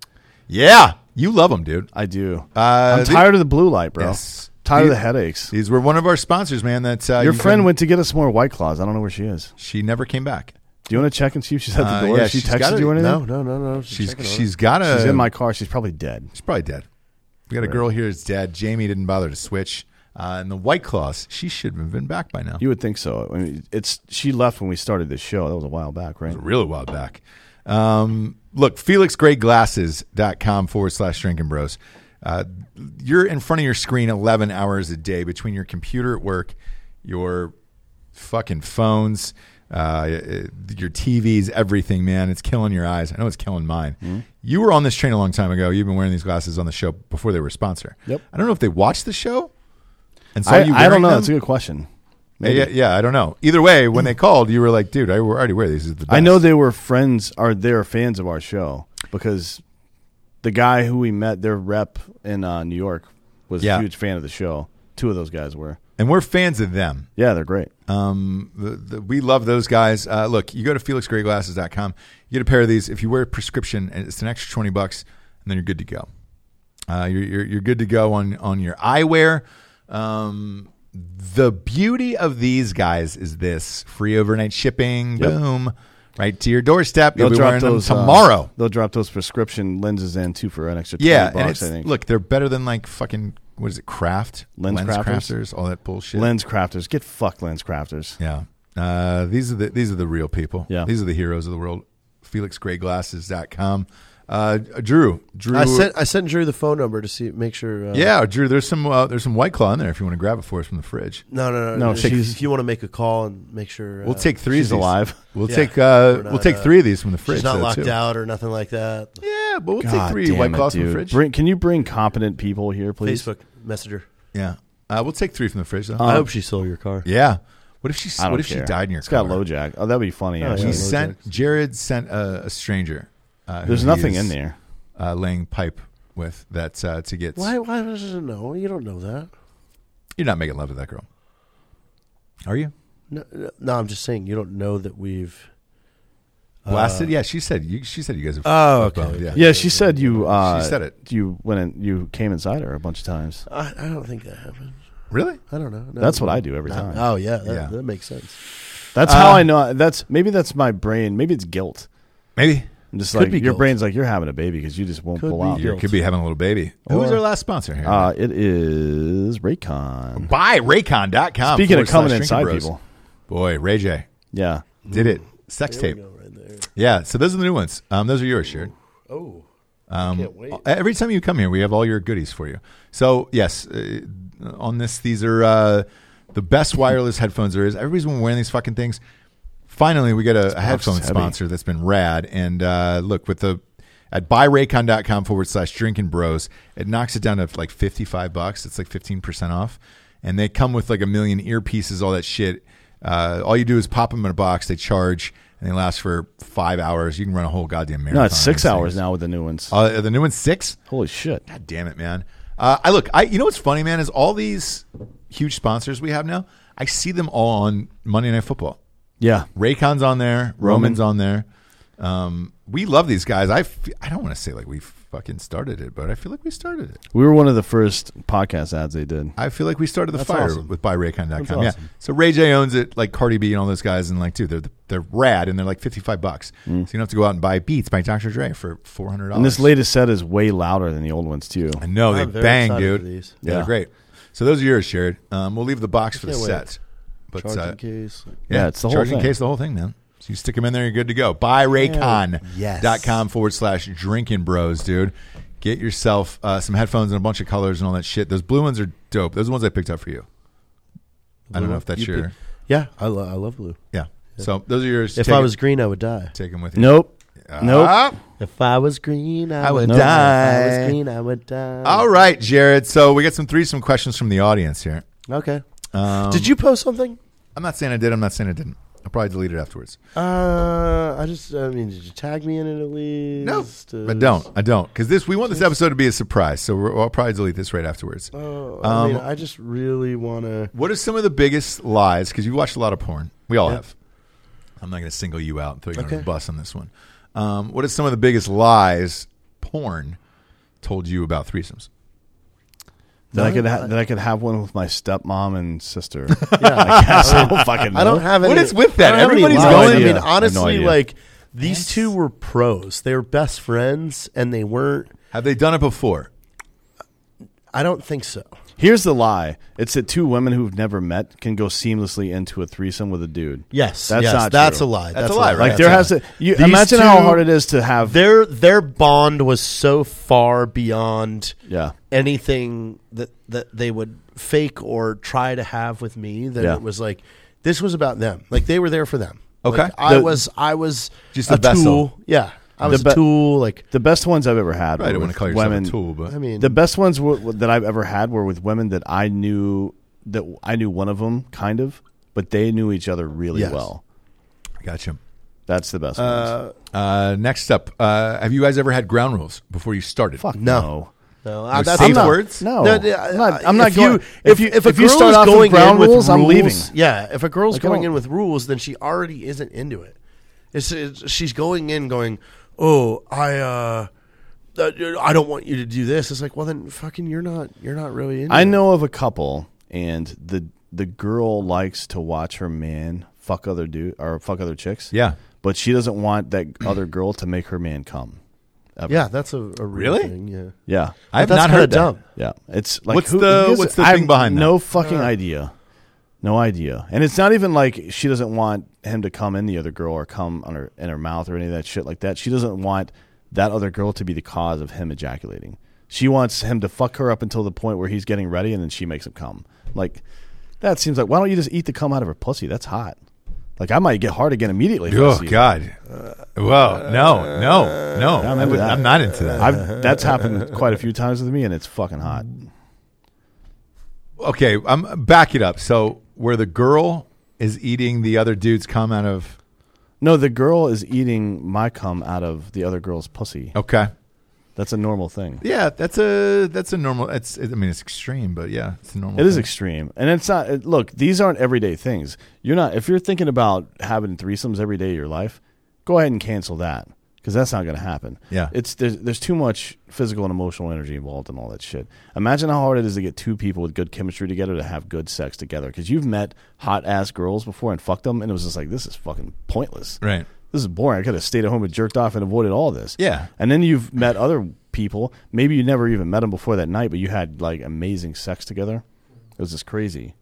S2: Yeah. You love them, dude.
S3: I do.
S2: Uh,
S3: I'm
S2: the-
S3: tired of the blue light, bro.
S2: Yes.
S3: Tired of
S2: The-
S3: the headaches.
S2: These were one of our sponsors, man. That's uh,
S3: Your
S2: you
S3: friend
S2: can-
S3: went to get us more white claws. I don't know where she is.
S2: She never came back.
S3: Do you want to check and see if she's at the
S2: Uh,
S3: door?
S2: yeah,
S3: Has she
S2: she's got
S3: texted
S2: it. Uh,
S3: you or anything?
S4: No, Oh, no, no, no.
S2: She's
S4: Check it out.
S2: she's got a.
S3: She's in my car. She's probably dead.
S2: She's probably dead. We got a girl here that's dead. Jamie didn't bother to switch. Uh, and the White Claws, she should have been back by now.
S3: You would think so. I mean, it's she left when we started this show. That was a while back, right?
S2: a real while back. Um, look, felixgrayglasses.com forward slash drinking bros. Uh, you're in front of your screen 11 hours a day between your computer at work, your fucking phones, uh, your TVs, everything, man. It's killing your eyes. I know it's killing mine.
S3: Mm-hmm.
S2: You were on this train a long time ago. You've been wearing these glasses on the show before they were a sponsor.
S3: Yep.
S2: I don't know if they watched the show. And saw
S3: I,
S2: you
S3: I don't
S2: wearing
S3: know.
S2: them.
S3: That's a good question. Maybe.
S2: Yeah, yeah, I don't know. Either way, when they called, you were like, "Dude, I already wear these." This is the
S3: I
S2: best.
S3: know they were friends or they're fans of our show because the guy who we met, their rep in uh, New York, was
S2: Yeah.
S3: a huge fan of the show. Two of those guys were.
S2: and we're fans of them.
S3: Yeah, they're great.
S2: Um, the, the, we love those guys. Uh, look, you go to felixgrayglasses.com, you get a pair of these. If you wear a prescription, it's an extra 20 bucks, and then you're good to go. Uh, you're, you're, you're good to go on, on your eyewear. Um, the beauty of these guys is this free overnight shipping, boom, right to your doorstep. You'll be wearing them
S3: uh,
S2: tomorrow.
S3: they'll drop those prescription lenses in too for an extra 20
S2: yeah, and
S3: bucks,
S2: it's,
S3: I think.
S2: look, they're better than like fucking, what is it, craft?
S3: Lens crafters?
S2: all that bullshit.
S3: lens crafters. Get fuck lens crafters.
S2: Yeah. Uh, these are the these are the real people.
S3: Yeah.
S2: These are the heroes of the world. FelixGrayGlasses.com. Uh, Drew, Drew,
S4: I sent I sent Drew the phone number to see make sure. Uh,
S2: yeah, Drew. There's some uh, there's some white claw in there if you want to grab it for us from the fridge.
S4: No, no, no.
S3: No,
S4: if-
S3: she's-
S4: if you want to make a call and make sure
S2: We'll
S4: uh,
S2: take three.
S3: She's
S2: of these.
S3: alive.
S2: We'll
S4: Yeah.
S2: take uh,
S4: We're
S2: we'll
S4: not,
S2: take
S4: uh,
S2: three of these from the fridge.
S4: she's not
S2: though,
S4: locked
S2: too.
S4: out or nothing like that.
S2: Yeah, yeah, but we'll
S3: God
S2: take three
S3: damn
S2: white
S3: it,
S2: claws from the
S3: dude.
S2: fridge.
S3: Bring, can you bring competent people here, please?
S4: Facebook Messenger.
S2: yeah, uh, we'll take three from the fridge though.
S6: I hope she stole your car.
S2: Um, yeah. What if she?
S3: I don't
S2: What if
S3: care.
S2: she died in your
S3: It's
S2: car?
S3: got LoJack. Oh, that'd be funny.
S6: yeah.
S2: He
S3: actually.
S6: Lojack.
S2: sent Jared sent a, a stranger. Uh, who
S3: There's
S2: he
S3: nothing
S2: is,
S3: in there.
S2: Uh, laying pipe with that uh, to get.
S4: Why? Why does it know? You don't know that.
S2: You're not making love to that girl, are you?
S4: No, no, no, I'm just saying you don't know that we've.
S2: Blasted. yeah, she said. You, she said you guys. Have
S4: Oh, okay.
S2: fucked, Yeah.
S3: Uh, Yeah, she said you. Uh,
S2: She said it.
S3: You went and you came inside her a bunch of times.
S4: I, I don't think that happened.
S2: Really?
S4: I don't know. No.
S3: That's what I do every time.
S4: Oh yeah that,
S2: Yeah.
S4: that makes sense.
S3: That's how I know. That's maybe that's my brain. Maybe it's guilt.
S2: Maybe.
S3: I'm just
S4: Could
S3: like
S4: be
S3: your
S4: guilt.
S3: brain's like you're having a baby because you just won't
S6: Could
S3: pull
S6: be
S3: out.
S2: You could be having a little baby. Who was
S3: Or-
S2: our last sponsor here?
S3: Uh, it is Raycon.
S2: Buy Raycon.com.
S3: Speaking of
S2: forward slash
S3: coming
S2: Drinking
S3: inside
S2: Bros.
S3: people,
S2: Boy, Ray J
S3: yeah,
S2: did it. Sex
S4: There
S2: tape.
S4: we go, right there.
S2: Yeah. So those are the new ones. Um, those are yours, Sharon.
S4: Oh,
S2: Um,
S4: can't wait.
S2: Every time you come here, we have all your goodies for you. So yes, uh, on this, these are uh, the best wireless headphones there is. Everybody's been wearing these fucking things. Finally, we got a, a headphone
S3: heavy.
S2: sponsor that's been rad. And uh, look, with the at buyraycon.com forward slash drinking bros, it knocks it down to like 55 bucks. It's like 15% off. And they come with like a million earpieces, all that shit. Uh, all you do is pop them in a box. They charge and they last for five hours. You can run a whole goddamn marathon.
S3: no, it's
S2: on
S3: six
S2: these
S3: hours
S2: things.
S3: now with the new ones.
S2: Uh, the new one's six?
S3: Holy shit!
S2: God damn it, man. Uh, I look, I you know what's funny, man, is all these huge sponsors we have now, I see them all on Monday Night Football.
S3: Yeah,
S2: Raycon's on there, Roman's on there. Um, we love these guys. I f- I don't want to say like we fucking started it, but I feel like we started it.
S3: we were one of the first podcast ads they did.
S2: I feel like we started the
S3: That's
S2: fire
S3: awesome.
S2: with buyraycon.com.
S6: That's
S2: Yeah.
S6: awesome.
S2: So Ray J owns it, like Cardi B and all those guys, and like, dude, they're they're rad, and they're like fifty five bucks. So you don't have to go out and buy Beats by Dr. Dre for four hundred dollars.
S3: Mm. And this latest set is way louder than the old ones too.
S2: I know
S4: I'm
S2: they
S4: very
S2: bang,
S4: excited
S2: dude.
S4: for these.
S2: Yeah,
S3: Yeah.
S2: they're great. So those are yours, Sherrod. Um, we'll leave the box for the
S4: can't wait.
S2: sets, but
S4: charging
S2: uh,
S4: case.
S2: yeah,
S3: Yeah, it's the whole
S2: charging
S3: thing.
S2: case, the whole thing, man. So you stick them in there, you're good to go. Buy Raycon
S4: Yes.
S2: dot com forward slash drinking bros, dude. Get yourself uh, some headphones and a bunch of colors and all that shit. Those blue ones are dope. Those are the ones I picked up for you. I don't know if that's
S4: You
S2: your
S4: pick- Yeah, I, lo- I love blue.
S2: yeah. So those are yours.
S4: If
S2: Take
S4: I
S2: 'em-
S4: was green, I would die.
S2: take them with you.
S3: Nope. Nope.
S2: Ah,
S4: If I was green, I,
S2: I would
S4: die. If I
S2: die.
S4: was green, I would die.
S2: Ah, all right, Jared. So we got some threesome questions from the audience here.
S4: Okay.
S2: Um,
S4: Did you post something?
S2: I'm not saying I did. I'm not saying I didn't. I'll probably delete it afterwards.
S4: Uh, I just, I mean, did you tag me in it at least? Uh,
S6: uh,
S2: I don't. I don't. Because this, we want this episode to be a surprise. So we're, I'll probably delete this right afterwards.
S6: Uh,
S4: Oh, I mean,
S2: Um,
S4: I just really want to.
S2: What are some of the biggest lies? Because you watched a lot of porn. We all have. I'm not going to single you out and throw you under
S4: Okay.
S2: the bus on this one. Um, what are some of the biggest lies porn told you about threesomes?
S3: That I could ha- that I could have one with my stepmom and sister. I guess I don't fucking know.
S4: I don't have any.
S2: What is with that?
S4: I don't have any
S2: Everybody's
S4: lies.
S3: going-
S4: I
S3: No
S4: mean,
S3: idea. I
S4: honestly,
S3: have no idea.
S4: like these two were pros. They were best friends, and they weren't.
S2: Have they done it before?
S4: I don't think so.
S3: Here's the lie: it's that two women who've never met can go seamlessly into a threesome with a dude.
S6: Yes,
S3: That's
S6: yes,
S3: not
S6: that's a
S3: true.
S6: lie.
S2: That's a lie, right?
S3: like there has
S6: a-
S3: to. You,
S6: These
S3: imagine how
S6: two-
S3: hard it is to have.
S6: their their bond was so far beyond
S3: yeah,
S6: anything that that they would fake or try to have with me that
S3: Yeah.
S6: it was like this was about them. Like they were there for them.
S2: Okay.
S6: Like, I
S3: The-
S6: was I was
S2: Just
S6: a
S2: the vessel.
S6: tool. Yeah. I was
S3: The
S6: a
S3: be-
S6: tool like
S3: the best ones I've ever had.
S2: I
S3: were
S2: don't want
S3: with
S2: to call yourself
S3: women.
S2: a tool, but
S6: I mean
S3: The best ones were, that I've ever had were with women that I knew that I knew one of them kind of, but they knew each other really
S6: Yes.
S3: well.
S2: gotcha.
S3: That's the best. ones.
S2: Uh, next up, uh, have you guys ever had ground rules before you started?
S3: Fuck
S6: no.
S3: no.
S6: no,
S2: No
S6: I, that's
S2: safe
S6: I'm not-
S2: words?
S3: No,
S6: No,
S3: I'm
S6: no, I-
S3: not,
S6: I-
S3: I'm not
S6: if
S3: going.
S6: you-
S3: if you if,
S6: a
S3: you
S6: girl
S3: start
S6: is
S3: off with
S6: going
S3: ground
S6: in with
S3: rules, I'm
S6: rules-
S3: leaving.
S6: Yeah, if a girl's
S3: Like, I
S6: going
S3: don't-
S6: in with rules, then she already isn't into it. It's, it's she's going in going, oh, I, uh, uh, I don't want you to do this. It's like, well, then fucking, you're not, you're not really into.
S3: I
S6: it.
S3: know of a couple, and the the girl likes to watch her man fuck other dude or fuck other chicks.
S2: Yeah.
S3: but she doesn't want that other girl to make her man come. Ever.
S6: Yeah, that's a, a real
S2: Really?
S6: thing, yeah.
S3: yeah,
S2: I have
S6: That's
S2: not
S6: kinda
S2: heard that.
S6: dumb.
S3: yeah. It's like
S2: What's the-
S3: who is-
S2: what's the
S3: I have
S2: thing behind that?
S3: No fucking idea. No idea. And it's not even like she doesn't want him to come in the other girl or come on her in her mouth or any of that shit like that. She doesn't want that other girl to be the cause of him ejaculating. She wants him to fuck her up until the point where he's getting ready and then she makes him come. Like that seems like why don't you just eat the cum out of her pussy? That's hot. Like I might get hard again immediately. if I
S2: Oh
S3: see it.
S2: God! Whoa! No! No! No!
S3: I'm
S2: I'm,
S3: into that.
S2: not into that.
S3: I've, that's happened quite a few times with me, and it's fucking hot.
S2: okay, I'm back it up. So where the girl is eating the other dude's cum out of
S3: No, the girl is eating my cum out of the other girl's pussy.
S2: okay,
S3: That's a normal thing.
S2: yeah, that's a that's a normal. It's I mean it's extreme, but yeah, it's a normal.
S3: It is
S2: thing.
S3: extreme, and it's not. It, look, these aren't everyday things. You're not if you're thinking about having threesomes every day of your life. Go ahead and cancel that because that's not going to happen.
S2: Yeah.
S3: it's there's, there's too much physical and emotional energy involved in all that shit. Imagine how hard it is to get two people with good chemistry together to have good sex together. Because you've met hot ass girls before and fucked them, and it was just like this is fucking pointless.
S2: right.
S3: This is boring. I could have stayed at home and jerked off and avoided all this.
S2: Yeah.
S3: And then you've met other people. Maybe you never even met them before that night, but you had like amazing sex together. It was just crazy.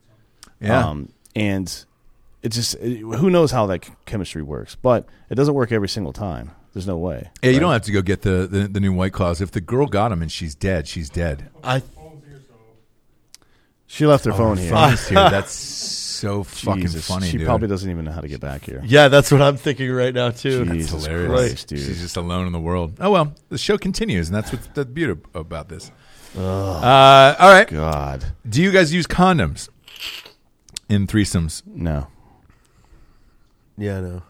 S2: Yeah.
S3: um, and it just, it- who knows how that ch- chemistry works, but it doesn't work every single time. There's no way.
S2: yeah. You don't have to go get the, the the new white claws. If the girl got him and she's dead, she's dead.
S4: I
S3: She left her phone here.
S2: Phone's here. That's so Oh, fucking
S3: Jesus,
S2: funny.
S3: She
S2: dude.
S3: probably doesn't even know how to get back here.
S4: yeah, that's what I'm thinking right now too.
S3: Jesus
S2: hilarious.
S3: Christ, dude.
S2: She's just alone in the world. Oh well, the show continues, and that's what's the beauty about this. Uh, all right.
S3: God.
S2: Do you guys use condoms in threesomes?
S3: No.
S4: Yeah, no,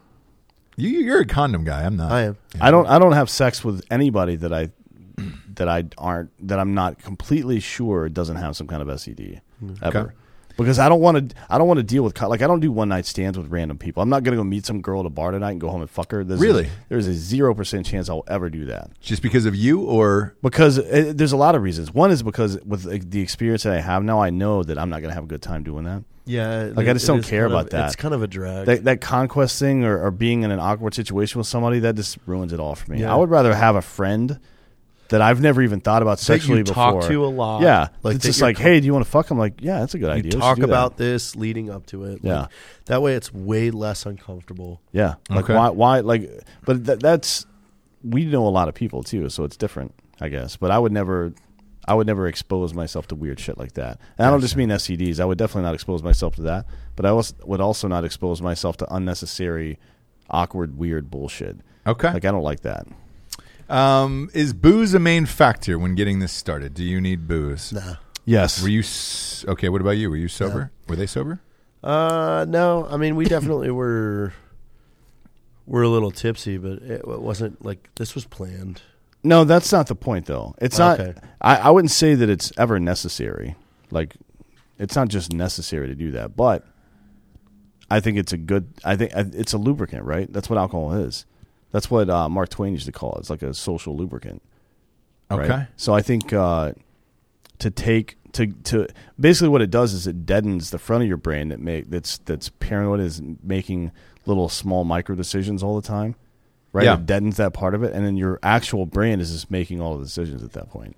S2: You, you're a condom guy. I'm not.
S4: I am.
S3: I don't. I don't have sex with anybody that I that I aren't that I'm not completely sure doesn't have some kind of SED ever.
S2: Okay.
S3: Because I don't want to. I don't want to deal with co- like I don't do one night stands with random people. I'm not gonna go meet some girl at a bar tonight and go home and fuck her. There's
S2: Really?
S3: there's a zero percent chance I'll ever do that
S2: Just because of you, or
S3: because uh there's a lot of reasons. One is because with like, the experience that I have now, I know that I'm not gonna have a good time doing that.
S4: Yeah,
S3: Like, I just don't
S4: is
S3: care
S4: kind of-
S3: about that.
S4: It's kind of a drag.
S3: that, that conquest thing or, or being in an awkward situation with somebody that just ruins it all for me.
S4: Yeah.
S3: I would rather have a friend that I've never even thought about sexually
S4: you talk
S3: before.
S4: to a lot.
S3: Yeah,
S4: Like,
S3: it's
S4: that
S3: just
S4: you're
S3: like, hey, do you want to fuck? I'm like, yeah, that's a good idea.
S4: you
S3: Let's
S4: talk
S3: do that."
S4: about this leading up to it.
S3: Yeah.
S4: Like, that way it's way less uncomfortable.
S3: yeah, like
S2: Okay.
S3: why why like, but that, that's we know a lot of people too, so it's different, I guess. But I would never. I would never expose myself to weird shit like that. And I don't just mean STDs. I would definitely not expose myself to that. But I was, would also not expose myself to unnecessary, awkward, weird bullshit.
S2: okay,
S3: Like, I don't like that.
S2: um, is booze a main factor when getting this started? Do you need booze?
S4: Nah.
S3: Yes.
S2: Were you s- okay? What about you? Were you sober? Were they sober?
S4: Uh, no. I mean, we definitely were. We're a little tipsy, but it, it wasn't like this was planned.
S3: No, that's not the point, though. It's not.
S4: Okay.
S3: I, I wouldn't say that it's ever necessary. Like, it's not just necessary to do that, but I think it's a good. I think I- it's a lubricant, right? That's what alcohol is. That's what uh, Mark Twain used to call it. It's like a social lubricant.
S2: Okay,
S3: right? So I think uh, to take to to basically what it does is it deadens the front of your brain that make that's that's paranoid is making little small micro decisions all the time. Right?
S2: Yeah.
S3: It deadens that part of it and then your actual brain is just making all the decisions at that point.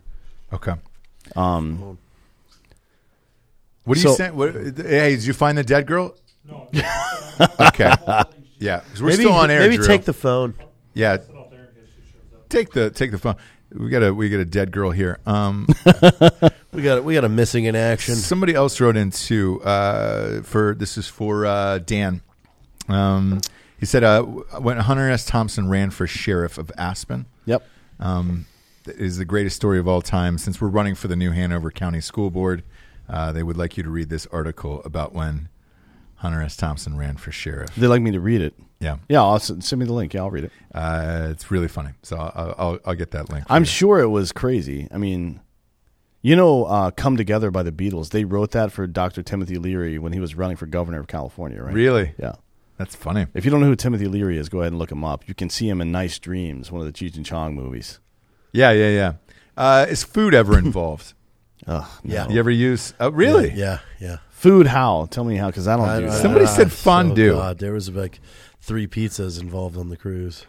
S2: okay.
S3: Um
S2: What do you
S3: So-
S2: say? What, hey, did you find the dead girl? No. okay. Yeah, 'cause we're still on air.
S4: Maybe
S2: Drew.
S4: take the phone.
S2: yeah. Take the take the phone. We got a we got a dead girl here. Um,
S4: We got we got a missing in action.
S2: Somebody else wrote in too. Uh, for this is for uh, Dan. Um, he said uh, when Hunter S. Thompson ran for sheriff of Aspen,
S3: Yep.
S2: um, it is the greatest story of all time. Since we're running for the new Hanover County School Board, uh, they would like you to read this article about when Hunter S. Thompson ran for sheriff.
S3: They'd like me to read it.
S2: Yeah,
S3: Yeah, I'll s- send me the link. Yeah, I'll read it.
S2: uh, it's really funny. So I'll, I'll, I'll get that link. for
S3: I'm
S2: you.
S3: sure it was crazy. I mean, you know, uh, "Come Together" by the Beatles. They wrote that for Dr. Timothy Leary when he was running for governor of California, right?
S2: Really,
S3: Yeah.
S2: that's funny.
S3: If you don't know who Timothy Leary is, go ahead and look him up. You can see him in Nice Dreams, one of the Cheech and Chong movies.
S2: Yeah, yeah, yeah. Uh, is food ever involved?
S3: Ugh, no.
S4: Yeah.
S2: you ever use? Oh, really?
S4: Yeah, yeah.
S3: Food how? Tell me how, because I don't
S4: I-
S3: do
S4: I-
S3: that.
S2: Somebody
S4: I-
S2: said
S4: oh,
S2: fondue.
S4: God, there was like three pizzas involved on the cruise.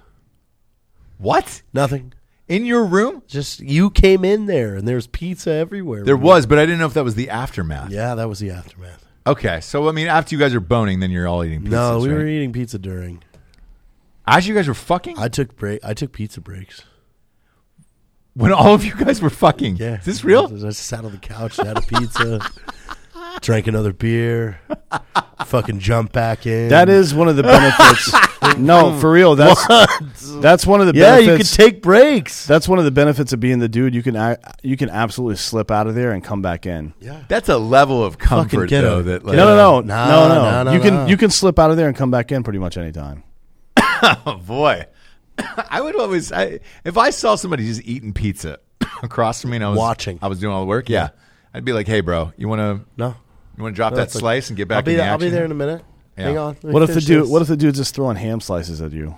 S2: What?
S4: Nothing.
S2: In your room?
S4: Just you came in there and there was pizza everywhere.
S2: There was, but I didn't know if that was the aftermath.
S4: Yeah, that was the aftermath.
S2: Okay, so I mean, after you guys are boning, then you're all eating pizzas.
S4: no, we
S2: right?
S4: were eating pizza during.
S2: As you guys were fucking?
S4: I took break. I took pizza breaks.
S2: when all of you guys were fucking?
S4: Yeah,
S2: Is this real?
S4: I just sat on the couch, had a pizza, drank another beer, fucking jump back in.
S3: That is one of the benefits. no, for real. That's that's one of the
S6: Yeah, you could
S3: benefits.
S6: take breaks.
S3: that's one of the benefits of being the dude. You can ac- you can absolutely slip out of there and come back in.
S2: That's a level of comfort
S4: get
S2: though.
S4: him.
S2: That like,
S3: No, no, no,
S4: Nah,
S3: no, no.
S4: nah, nah,
S3: you can
S4: nah.
S3: you can slip out of there and come back in pretty much anytime.
S2: Oh boy, I would always I, if I saw somebody just eating pizza across from me and I was
S4: Watching.
S2: I was doing all the work. Yeah, I'd be like, hey, bro, you want to
S4: no.
S2: you want to drop
S4: No,
S2: that
S4: it's like-
S2: slice and get back
S4: I'll be,
S2: in the
S4: there, I'll be
S2: action?
S4: there in a minute.
S2: Yeah.
S4: Hang on. let me
S3: What if the
S4: finish
S3: dude?
S4: this.
S3: What if the dude's just throwing ham slices at you?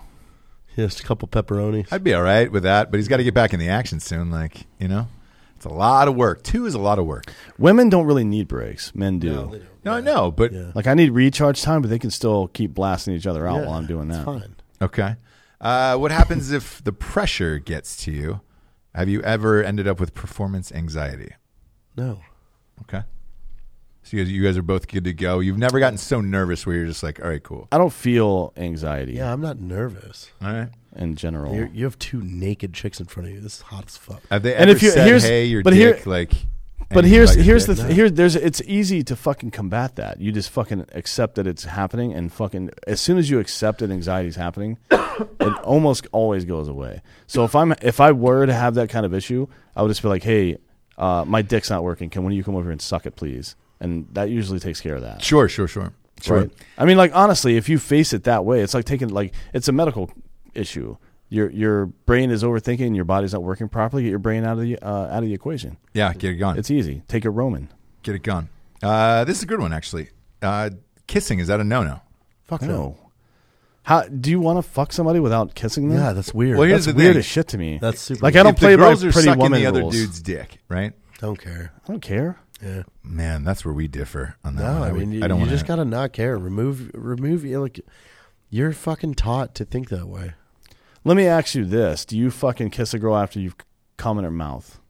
S4: Yes, a couple pepperonis.
S2: I'd be all right with that, but he's got to get back in the action soon. Like you know, it's a lot of work. Two is a lot of work.
S3: Women don't really need breaks. Men do.
S2: No, I know, but
S4: Yeah.
S3: Like I need recharge time, but they can still keep blasting each other out
S4: Yeah,
S3: while I'm doing
S4: it's
S3: that.
S4: Fine.
S2: okay. Uh, what happens if the pressure gets to you? Have you ever ended up with performance anxiety?
S4: No.
S2: Okay. So you guys, you guys are both good to go. You've never gotten so nervous where you're just like, all right, cool.
S3: I don't feel anxiety
S4: Yeah, I'm not nervous.
S2: All right.
S3: in
S2: Oh.
S3: general.
S4: You're, you have two naked chicks in front of you. This is hot as fuck.
S2: Have they
S3: And
S2: ever
S3: if you-
S2: said,
S3: here's-
S2: "Hey, your
S3: but here-
S2: dick"? like,
S3: But
S2: and
S3: here's
S2: about your
S3: here's the
S2: dick?
S3: th- here there's it's easy to fucking combat that. You just fucking accept that it's happening and fucking as soon as you accept that anxiety's happening, it almost always goes away. So if I'm if I were to have that kind of issue, I would just be like, "Hey, uh, my dick's not working. Can one of you come over and suck it, please?" And that usually takes care of that.
S2: Sure, sure, sure, sure.
S3: Right? I mean, like honestly, if you face it that way, it's like taking like it's a medical issue. Your your brain is overthinking, your body's not working properly. Get your brain out of the uh, out of the equation.
S2: Yeah, get it gone.
S3: It's easy. Take a Roman.
S2: get it gone. Uh, this is a good one, actually. Uh, kissing is that a no-no?
S4: Fuck no.
S3: No. How do you want to fuck somebody without kissing them?
S4: Yeah, that's weird.
S2: Well, here's
S3: that's
S2: the
S3: weird
S2: thing.
S3: as shit to me.
S4: That's super
S3: Like I
S4: weird.
S3: don't
S2: if
S3: play
S2: the
S3: by
S2: girls are
S3: pretty
S2: sucking
S3: woman
S2: the other
S3: rules.
S2: dude's dick, right?
S4: Don't care.
S3: I don't care.
S4: Yeah.
S2: Man, that's where we differ on that.
S4: No,
S2: one.
S4: I
S2: would-
S4: mean, you,
S2: I don't
S4: you
S2: want
S4: just gotta not care. Remove, remove. you Like, you're fucking taught to think that way.
S3: Let me ask you this: Do you fucking kiss a girl after you've come in her mouth?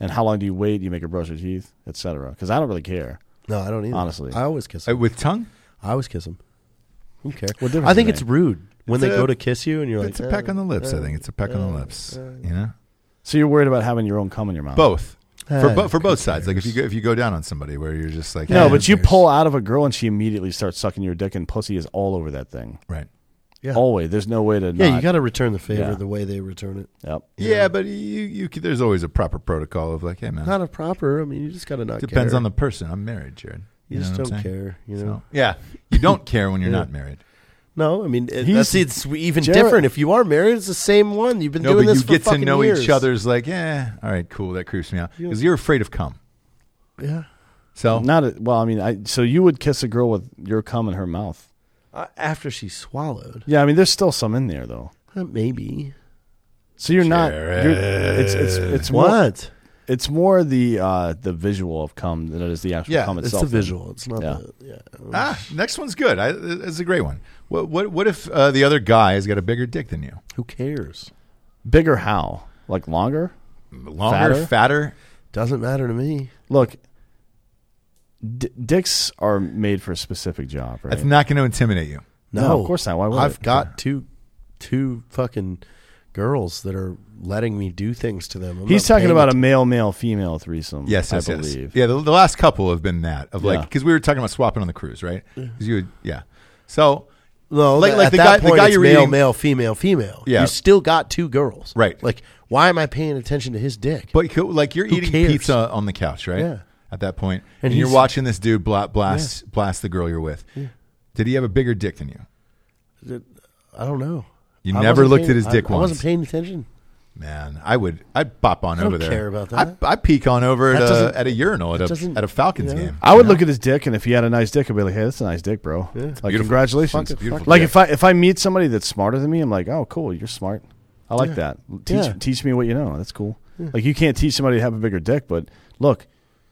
S3: And how long do you wait? Do you make her brush her teeth, etc. Because I don't really care.
S4: No, I don't either.
S3: Honestly.
S4: I always kiss.
S2: uh,
S4: Him.
S2: with tongue.
S4: I, always kiss him. I don't care.
S3: What difference
S4: I think
S3: does
S4: it's
S3: it
S4: rude when
S2: It's
S4: they
S2: a-
S4: go to kiss you and you're like, "Oh,
S2: it's a peck on the lips. I think it's a peck on the lips. you know,
S3: So you're worried about having your own cum in your mouth?
S2: both for
S4: Eh,
S2: bo- for
S4: who
S2: both sides. Like if you go, if you go down on somebody where you're just like,
S3: No,
S2: "Eh,
S3: but you
S2: there's-"
S3: pull out of a girl and she immediately starts sucking your dick, and pussy is all over that thing.
S2: right.
S4: Yeah.
S3: Always. There's no way to.
S4: Yeah,
S3: not-
S4: you got to return the favor
S3: Yeah.
S4: the way they return it.
S3: Yep.
S2: Yeah, but you you c- there's always a proper protocol of like, hey man,
S4: Not a proper. I mean, you just got to not
S2: depends
S4: care.
S2: on the person. I'm married, Jared.
S4: You,
S2: know
S4: just
S2: what I'm
S4: don't
S2: saying?
S4: care. You know.
S2: So- yeah, you don't care when you're
S4: Yeah.
S2: not married.
S4: No, I mean it,
S3: He's-
S4: that's it's even
S3: Jared-
S4: different. If you are married, it's the same one. You've been
S2: No,
S4: doing
S2: but
S4: this
S2: you
S4: for
S2: get to
S4: fucking
S2: know
S4: years.
S2: each other's like, yeah, all right, cool. That creeps me out because you're afraid of cum.
S4: Yeah.
S2: So
S3: Not a, well. I mean, I so you would kiss a girl with your cum in her mouth.
S4: Uh, after she swallowed,
S3: Yeah, I mean, there's still some in there though.
S4: Uh, maybe.
S3: So you're not. You're, it's it's it's more
S4: What?
S3: it's more the uh, the visual of cum than it is the actual
S2: Yeah,
S3: cum
S2: it's
S4: It's
S3: itself.
S4: the visual. It's not
S3: Yeah.
S4: the. Yeah.
S2: ah, next one's good. I, it's a great one. What what what if uh, the other guy has got a bigger dick than you?
S4: Who cares?
S3: Bigger how? Like longer?
S2: Longer, fatter.
S3: Fatter?
S4: Doesn't matter to me.
S3: Look, d- dicks are made for a specific job, right?
S2: That's not going to intimidate you.
S4: No,
S3: of course not. Why would
S4: I've
S3: it?
S4: got two, two fucking girls that are letting me do things to them. I'm
S3: He's
S4: not
S3: talking
S4: paying
S3: about a
S4: atten-
S3: male male female threesome.
S2: Yes, yes,
S3: I
S2: yes.
S3: believe.
S2: Yeah, the, the last couple have been that of like
S3: Yeah.
S2: because we were talking about swapping on the cruise, right? 'Cause you would, yeah. So
S4: No,
S2: like-
S4: like,
S2: like
S4: the guy, the guy you're male,
S2: eating-
S4: male, female, female.
S2: Yeah.
S4: you still got two girls,
S2: Right.
S4: Like, why am I paying attention to his dick?
S2: But co- like you're
S4: Who
S2: eating
S4: cares?
S2: pizza on the couch, right?
S4: Yeah.
S2: At that point, and,
S4: And
S2: you're
S4: he's-
S2: watching this dude bla- blast blast the girl you're with. Did he have a bigger dick than you?
S4: I don't know.
S2: You
S4: I
S2: never
S4: wasn't
S2: looked
S4: paying-
S2: at his
S4: I-
S2: dick
S4: I,
S2: once.
S4: wasn't paying attention.
S2: Man, I would. I'd pop on
S4: don't
S2: over there.
S4: care about that.
S2: I, I peek on over at a,
S4: doesn't-
S2: at a urinal at a
S4: doesn't-
S2: at a Falcons
S4: you know?
S2: game.
S3: I would look at his dick, and if he had a nice dick, I'd be like, "Hey, that's a nice dick, bro. Like,
S2: beautiful.
S3: congratulations."
S2: Fuck it, beautiful
S3: like,
S2: dick.
S3: if I if I meet somebody that's smarter than me, I'm like, "Oh, cool, you're smart. I like that. Teach
S4: Yeah.
S3: teach me what you know. That's cool." Like, you can't teach somebody to have a bigger dick, but look,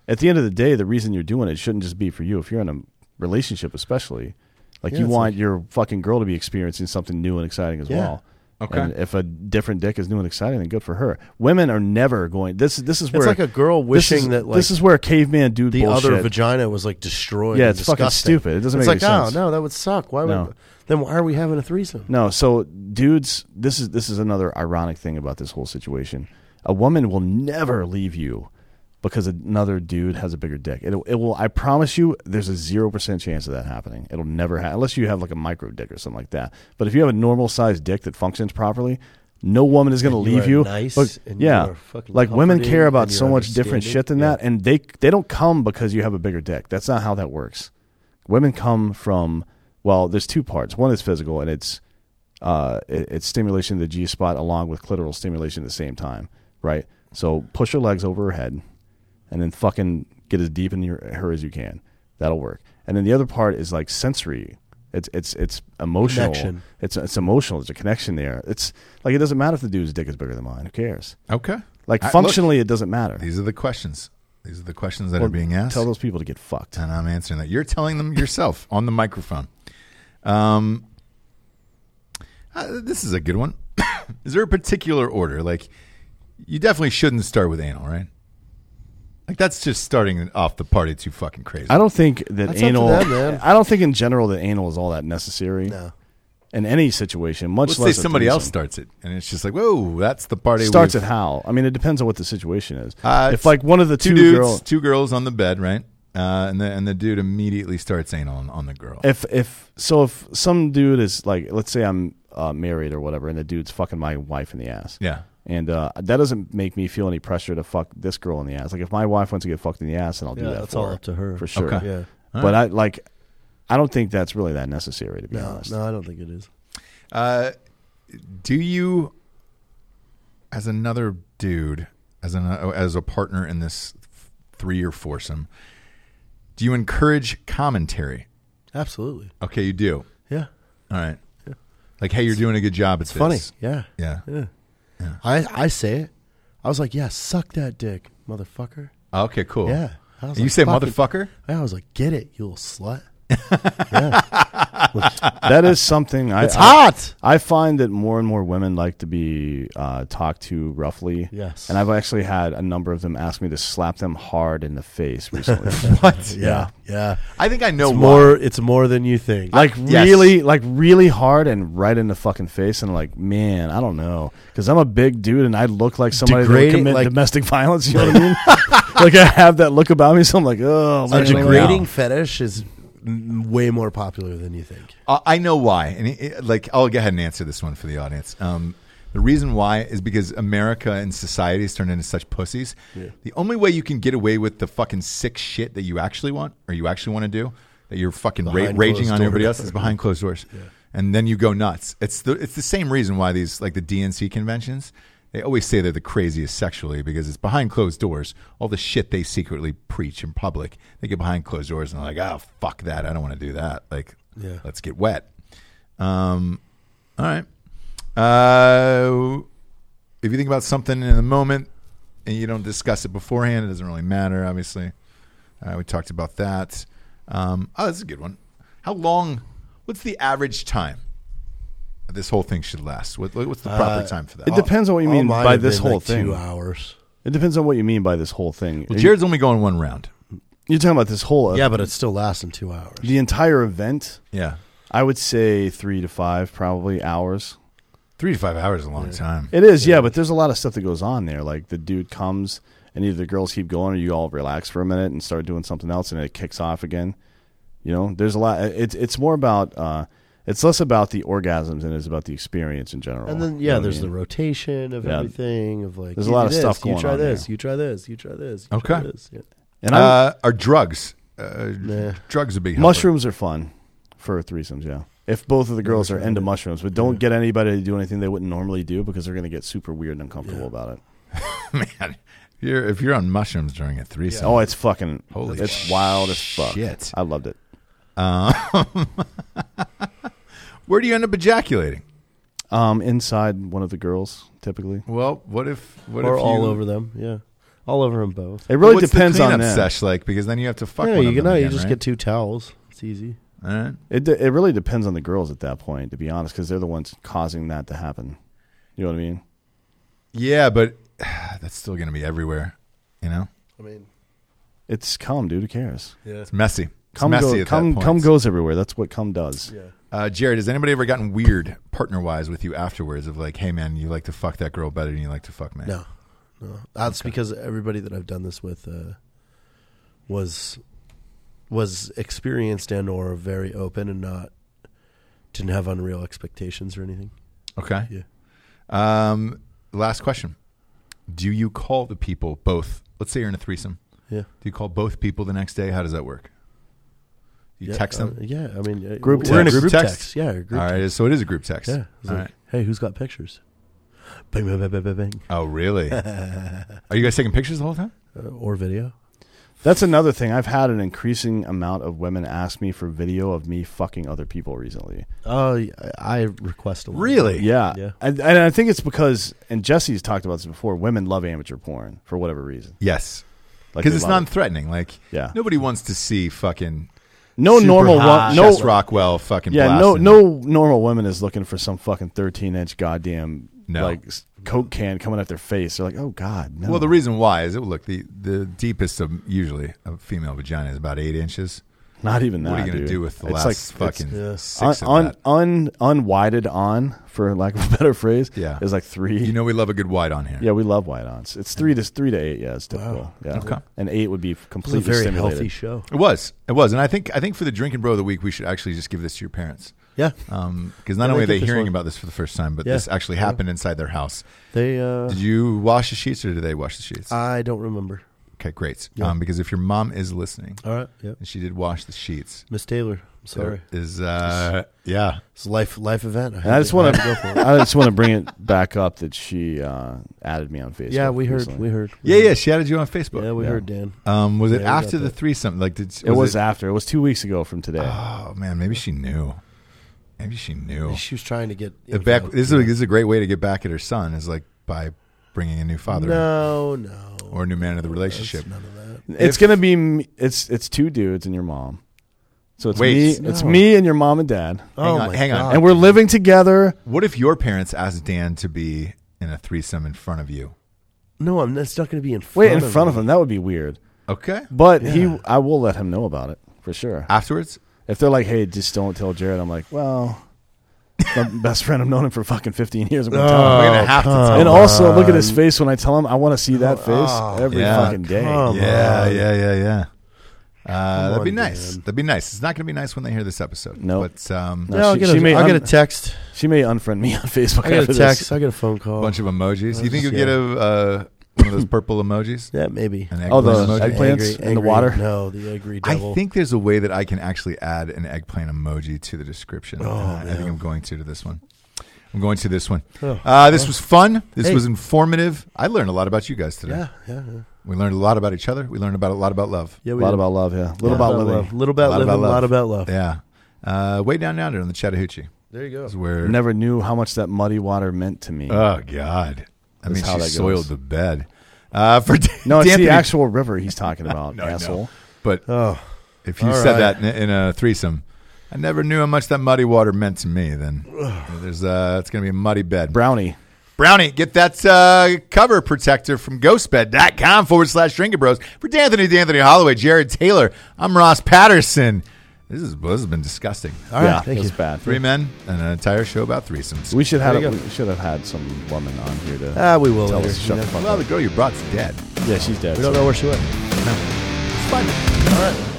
S3: at the end of the day, the reason you're doing it shouldn't just be for you. If you're in a relationship, especially, like you
S4: it's
S3: want your fucking girl to be experiencing something new and exciting as
S4: Yeah.
S3: well.
S2: Okay.
S3: And if a different dick is new and exciting, then good for her. Women are never going. This this is where
S4: like a girl
S3: this is-
S4: wishing that, like,
S3: this is where caveman dude
S4: The
S3: bullshit.
S4: other vagina was like destroyed.
S3: Yeah,
S4: and
S3: it's fucking
S4: disgusting.
S3: stupid. It doesn't
S4: it's
S3: make
S4: like,
S3: any
S4: oh,
S3: sense.
S4: No, that would suck. Why
S3: No.
S4: would? Then why are we having a threesome?
S3: No, so dudes, this is this is another ironic thing about this whole situation. A woman will never leave you because another dude has a bigger dick. It, it will. I promise you, there's a zero percent chance of that happening. It'll never happen unless you have like a micro dick or something like that. But if you have a normal sized dick that functions properly, no woman is going to
S6: And you
S3: leave
S6: are
S3: you.
S6: nice
S3: Look,
S6: and you
S3: yeah,
S6: are fucking
S3: like women
S6: comforting
S3: care about
S6: and
S3: so
S6: you're
S3: much different
S6: understanding.
S3: shit than that, and they they don't come because you have a bigger dick. That's not how that works. Women come from well, there's two parts. One is physical, and it's uh, it, it's stimulation of the G spot along with clitoral stimulation at the same time, right? So push her legs over her head, and then fucking get as deep in your, her as you can. That'll work. And then the other part is like sensory. It's it's it's emotional.
S6: Connection.
S3: It's it's emotional. There's a connection there. It's like it doesn't matter if the dude's dick is bigger than mine. Who cares?
S2: Okay.
S3: Like
S2: I- look,
S3: functionally, it doesn't matter.
S2: these are the questions. These are the questions that
S3: Well,
S2: are being asked.
S3: Tell those people to get fucked.
S2: and I'm answering that. You're telling them yourself on the microphone. Um, uh, this is a good one. is there a particular order? Like, you definitely shouldn't start with anal, right? Like, that's just starting off the party too fucking crazy.
S3: I don't think that
S6: That's up to
S3: anal.
S6: them, man.
S3: I don't think in general that anal is all that necessary.
S6: No.
S3: In any situation, much
S2: Let's say
S3: less a
S2: somebody else
S3: threesome.
S2: starts it, and it's just like, whoa, that's the party.
S3: starts
S2: we've-
S3: at how? I mean, it depends on what the situation is.
S2: Uh,
S3: if like one of the
S2: two,
S3: two,
S2: dudes,
S3: girls,
S2: two girls on the bed, right? Uh, and the and the dude immediately starts anal on, on the girl.
S3: if if so, if some dude is like, let's say I'm uh, married or whatever, and the dude's fucking my wife in the ass,
S2: yeah,
S3: and uh, that doesn't make me feel any pressure to fuck this girl in the ass. Like if my wife wants to get fucked in the ass, and I'll do
S5: Yeah,
S3: that.
S5: that's
S3: for
S5: all
S3: her,
S5: up to her.
S3: for sure.
S2: Okay.
S6: Yeah.
S2: All
S3: But I like, I don't think that's really that necessary to be
S5: No,
S3: honest.
S5: no, I don't think it is.
S2: Uh, do you, as another dude, as an as a partner in this three or foursome, do you encourage commentary?
S6: Absolutely.
S2: Okay, you do.
S6: Yeah.
S2: All right. Like, hey, you're doing a good job. It's
S6: Funny. Yeah.
S2: Yeah.
S6: Yeah. I, I say it. I was like, yeah, suck that dick, motherfucker.
S2: Okay. Cool.
S6: Yeah. I was
S2: You
S6: like,
S2: say
S6: fucking-
S2: motherfucker.
S6: I was like, get it, you little slut.
S3: that is something I,
S6: It's
S3: I,
S6: hot.
S3: I find that more and more women like to be uh, talked to roughly.
S6: Yes.
S3: And I've actually had a number of them ask me to slap them hard in the face recently.
S2: What?
S6: Yeah. Yeah.
S2: I think I know
S6: It's
S2: why.
S6: more it's more than you think.
S3: like
S2: Yes.
S3: really, like really hard and right in the fucking face. And like, man, I don't know, because I'm a big dude and I look like somebody that would
S6: Degrading,
S3: commit
S6: like-
S3: domestic violence. You know what I mean? like I have that look about me, so I'm like, oh,
S6: a
S3: man,
S6: degrading
S3: wow.
S6: fetish is m- way more popular than you think.
S2: I I know why, and it, it- like I'll go ahead and answer this one for the audience. Um, the reason why is because America and society has turned into such pussies. The only way you can get away with the fucking sick shit that you actually want, or you actually want to do, that you're fucking ra-
S6: Behind
S2: raging
S6: closed
S2: on everybody
S6: doors.
S2: else, is behind closed doors, and then you go nuts. It's the it's the same reason why these like the DNC conventions. They always say they're the craziest sexually because it's behind closed doors. All the shit they secretly preach in public, they get behind closed doors and they're like, "Oh fuck that! I don't want to do that." Like,
S6: Yeah.
S2: let's get wet. Um, all right. Uh, if you think about something in the moment and you don't discuss it beforehand, it doesn't really matter, obviously. Uh, we talked about that. Um, oh, that's a good one. How long? What's the average time this whole thing should last? What, what's the proper time for that?
S3: Uh, It depends on what you
S6: All
S3: mean
S6: Oh, mine
S3: by
S6: have
S3: this
S6: been,
S3: whole
S6: like,
S3: thing.
S6: Two hours.
S3: It depends on what you mean by this whole thing.
S2: Oh, Well, Jared's only going one round.
S3: You're talking about this whole uh,
S6: Yeah, but it's still lasting two hours.
S3: the entire event.
S2: Yeah.
S3: I would say three to five, probably hours.
S2: Three to five hours is a long time.
S3: It is, yeah. but there's a lot of stuff that goes on there. Like the dude comes, and either the girls keep going, or you all relax for a minute and start doing something else, and it kicks off again. You know, there's a lot. It's it's more about uh, it's less about the orgasms and it's about the experience in general.
S5: And then
S3: You know
S5: yeah,
S3: what I
S5: there's
S3: mean?
S5: the rotation of
S3: Yeah.
S5: everything of like
S3: There's a
S5: you
S3: lot
S5: do
S3: of
S5: this,
S3: stuff
S5: You
S3: going
S5: try
S3: on
S5: this,
S3: there.
S5: you try this, you try this, you try
S2: Okay.
S5: this. Yeah.
S3: and I,
S2: Uh, are drugs? Uh,
S6: Nah.
S2: Drugs would be
S3: mushrooms are fun for threesomes. Yeah, if both of the girls are
S6: tried
S3: into
S6: it.
S3: mushrooms, but don't get anybody to do anything they wouldn't normally do because they're going to get super weird and uncomfortable about it.
S2: man. If you're, if you're on mushrooms during a threesome,
S3: Oh, it's fucking
S2: Holy
S3: it's wild as fuck.
S2: shit.
S3: I loved it.
S2: where do you end up ejaculating?
S3: Um, inside one of the girls, typically.
S2: Well, what if what
S5: or
S2: if
S5: all
S2: you,
S5: over them. Yeah, all over them both.
S3: It really
S2: What's
S3: depends
S2: the
S3: on
S2: cleanup
S3: that.
S2: sesh like because then you have to fuck.
S5: yeah,
S2: one
S5: you
S2: of
S5: can.
S2: them
S5: No, you
S2: again,
S5: just
S2: right?
S5: get two towels. It's easy.
S2: All right.
S3: It de- it really depends on the girls at that point, to be honest, because they're the ones causing that to happen. You know what I mean?
S2: Yeah, but that's still going to be everywhere. You know,
S6: I mean,
S3: It's cum, dude. Who cares?
S6: yeah.
S2: it's messy. It's
S3: Cum,
S2: messy
S3: go,
S2: at
S3: cum,
S2: that point.
S3: cum goes everywhere. That's what cum does.
S6: Yeah.
S2: Uh, Jared, has anybody ever gotten weird partner wise with you afterwards? Of like, hey man, you like to fuck that girl better than you like to fuck me.
S6: No.
S4: No, that's because everybody that I've done this with uh, was was experienced and or very open and not didn't have unreal expectations or anything.
S2: Okay. Yeah. Um, last question: Do you call the people both? Let's say you're in a threesome.
S4: Yeah.
S2: Do you call both people the next day? How does that work? You
S4: yeah,
S2: text them.
S4: uh, yeah, I mean, uh,
S3: Group
S4: we're in a group
S2: text. Group
S4: text.
S2: text.
S4: Yeah, a group
S2: All right. So it is a group text.
S4: text. Yeah. It's
S2: All
S4: like,
S2: right.
S4: Hey, who's got pictures? Bang, bang, bang, bang, bang, bang.
S2: Oh, really? Are you guys taking pictures the whole time?
S4: Uh, or video.
S3: That's another thing. I've had an increasing amount of women ask me for video of me fucking other people recently.
S2: Uh,
S4: Oh, I- I request a lot.
S3: Yeah.
S4: Yeah.
S3: And, and I think it's because, and Jesse's talked about this before, women love amateur porn for whatever reason.
S2: Yes.
S3: Like,
S2: Because
S3: they
S2: it's
S3: love it.
S2: non-threatening. Like,
S3: Yeah.
S2: nobody wants to see fucking
S3: No
S2: super
S3: normal, wo-
S2: hot
S3: no,
S2: Chess Rockwell fucking
S3: yeah, no,
S2: blasting.
S3: no normal woman is looking for some fucking 13 inch goddamn
S2: No.
S3: like s- Coke can coming at their face. They're like, oh God. No.
S2: Well, the reason why is it look the the deepest of usually a female vagina is about eight inches.
S3: Not even that.
S2: What are you
S3: going
S2: gonna
S3: to
S2: do with the
S3: it's
S2: last
S3: like,
S2: fucking
S4: yeah.
S2: six
S3: un,
S2: of that?
S3: un, un, unwided on, for lack of a better phrase,
S2: Yeah.
S3: is like three.
S2: you know, we love a good wide on here.
S3: Yeah, we love white ons. It's three to three to eight. Yeah, it's typical. Yeah,
S2: Okay.
S3: and eight would be
S4: It's a
S3: completely
S4: very
S3: stimulated.
S4: healthy show.
S2: It was, it was, and I think I think for the drink and bro of the week, we should actually just give this to your parents.
S4: Yeah.
S2: because Um, not
S4: they
S2: only
S4: get
S2: are they
S4: this
S2: hearing
S4: one.
S2: about this for the first time, but
S4: Yeah.
S2: this actually happened inside their house.
S4: They uh
S2: Did you wash the sheets or did they wash the sheets?
S4: I don't remember.
S2: okay, great. Um, because if your mom is listening
S4: All right. Yep.
S2: and she did wash the sheets,
S4: Miss Taylor, I'm sorry.
S2: there is uh, yeah,
S4: It's a life life event.
S3: And I just want to, I just want to bring it back up that she uh, added me on Facebook.
S4: Yeah, we heard.
S3: recently.
S4: We heard.
S2: yeah, yeah. She added you on Facebook.
S4: Yeah, we
S3: Yeah.
S4: heard Dan.
S2: Um, was it
S4: Yeah, we
S2: after
S4: got
S2: the
S4: that.
S2: threesome? Like, did
S3: It was, after. It was two weeks ago from today.
S2: Oh man, maybe she knew. Maybe she knew.
S4: She was trying to get
S2: Uh, back, this, is a, this is a great way to get back at her son is like by bringing a new father in,
S4: No, no.
S2: or a new man into the relationship.
S4: None of that.
S3: it's gonna be. m- It's it's two dudes and your mom. So it's
S2: Wait.
S3: me. It's me and your mom and dad,
S2: Hang on,
S4: Oh my
S2: hang on.
S3: and we're living together.
S2: What if your parents asked Dan to be in a threesome in front of you?
S4: No, I'm. That's not going to be in front.
S3: Wait, in front
S4: him.
S3: of him. That would be weird.
S2: Okay.
S3: But he, I will let him know about it for sure.
S2: Afterwards,
S3: If they're like, "Hey, just don't tell Jared," I'm like, "Well, it's my best friend. I've known him for fucking 15 years.
S4: Oh,
S3: I'm gonna tell him."
S2: we're gonna have to tell.
S3: and
S2: him.
S3: also, look at his face when I tell him I want to see that face every
S2: yeah.
S3: fucking day.
S4: Come
S2: yeah, yeah, yeah, yeah. Uh, that'd be
S4: on,
S2: nice. That'd be nice. It's not gonna be nice when they hear this episode.
S3: Nope.
S2: But um,
S3: No,
S4: No, I'll,
S3: she-
S4: get
S3: she
S4: a,
S3: may
S4: I'll get a
S3: un-
S4: text.
S3: She may unfriend me on Facebook.
S4: I get
S3: after
S4: a
S3: this.
S4: text. I get a phone call.
S2: a bunch of emojis. You think you'll
S4: Yeah.
S2: get a uh, one of those purple emojis?
S4: yeah, maybe.
S2: An
S3: Oh, the
S2: eggplant emoji?
S3: eggplant plants in the water?
S4: No, the angry
S2: I
S4: devil.
S2: think there's a way that I can actually add an eggplant emoji to the description.
S4: Oh,
S2: Uh, I think I'm going to to this one. I'm going to this one. Uh, this was fun. This
S4: Hey.
S2: was informative. I learned a lot about you guys today.
S4: Yeah, yeah, yeah.
S2: We learned a lot about each other. We learned about a lot about love.
S4: yeah
S3: A
S4: we
S3: lot
S4: did.
S3: about love, yeah. A little
S4: Yeah.
S3: about living.
S4: love. Little about
S2: A lot
S4: living.
S2: about
S4: A
S2: love.
S4: lot about love.
S2: Yeah. Uh, way down yonder on the Chattahoochee
S4: There you go.
S2: is where.
S3: Never knew how much that muddy water meant to me.
S2: Oh God. I
S3: That's
S2: mean,
S3: how
S2: she
S3: that goes.
S2: soiled the bed. Uh, for
S3: no, it's
S2: D'Anthony-
S3: the actual river he's talking about,
S2: No, I know.
S3: asshole.
S2: But
S3: uh,
S4: Oh,
S2: if you
S4: All
S2: said
S4: right.
S2: that in, in a threesome, I never knew how much that muddy water meant to me. Then there's uh, it's gonna be a muddy bed.
S3: Brownie.
S2: Brownie, get that uh, cover protector from ghostbed.com forward slash drinking bros. For D'Anthony, D'Anthony Holloway, Jared Taylor, I'm Ross Patterson. This, is, this has been disgusting. Uh,
S4: all right.
S3: yeah,
S4: thank
S3: it was
S4: you.
S3: bad.
S2: Three men and an entire show about threesomes.
S3: We should have we should have had some woman on here to
S4: Ah, we will
S3: tell
S4: later.
S3: us to shut the fuck
S2: well,
S3: up.
S2: the girl you brought's dead.
S3: Yeah, she's dead.
S4: We don't know where she went.
S2: It's fine.
S4: All right.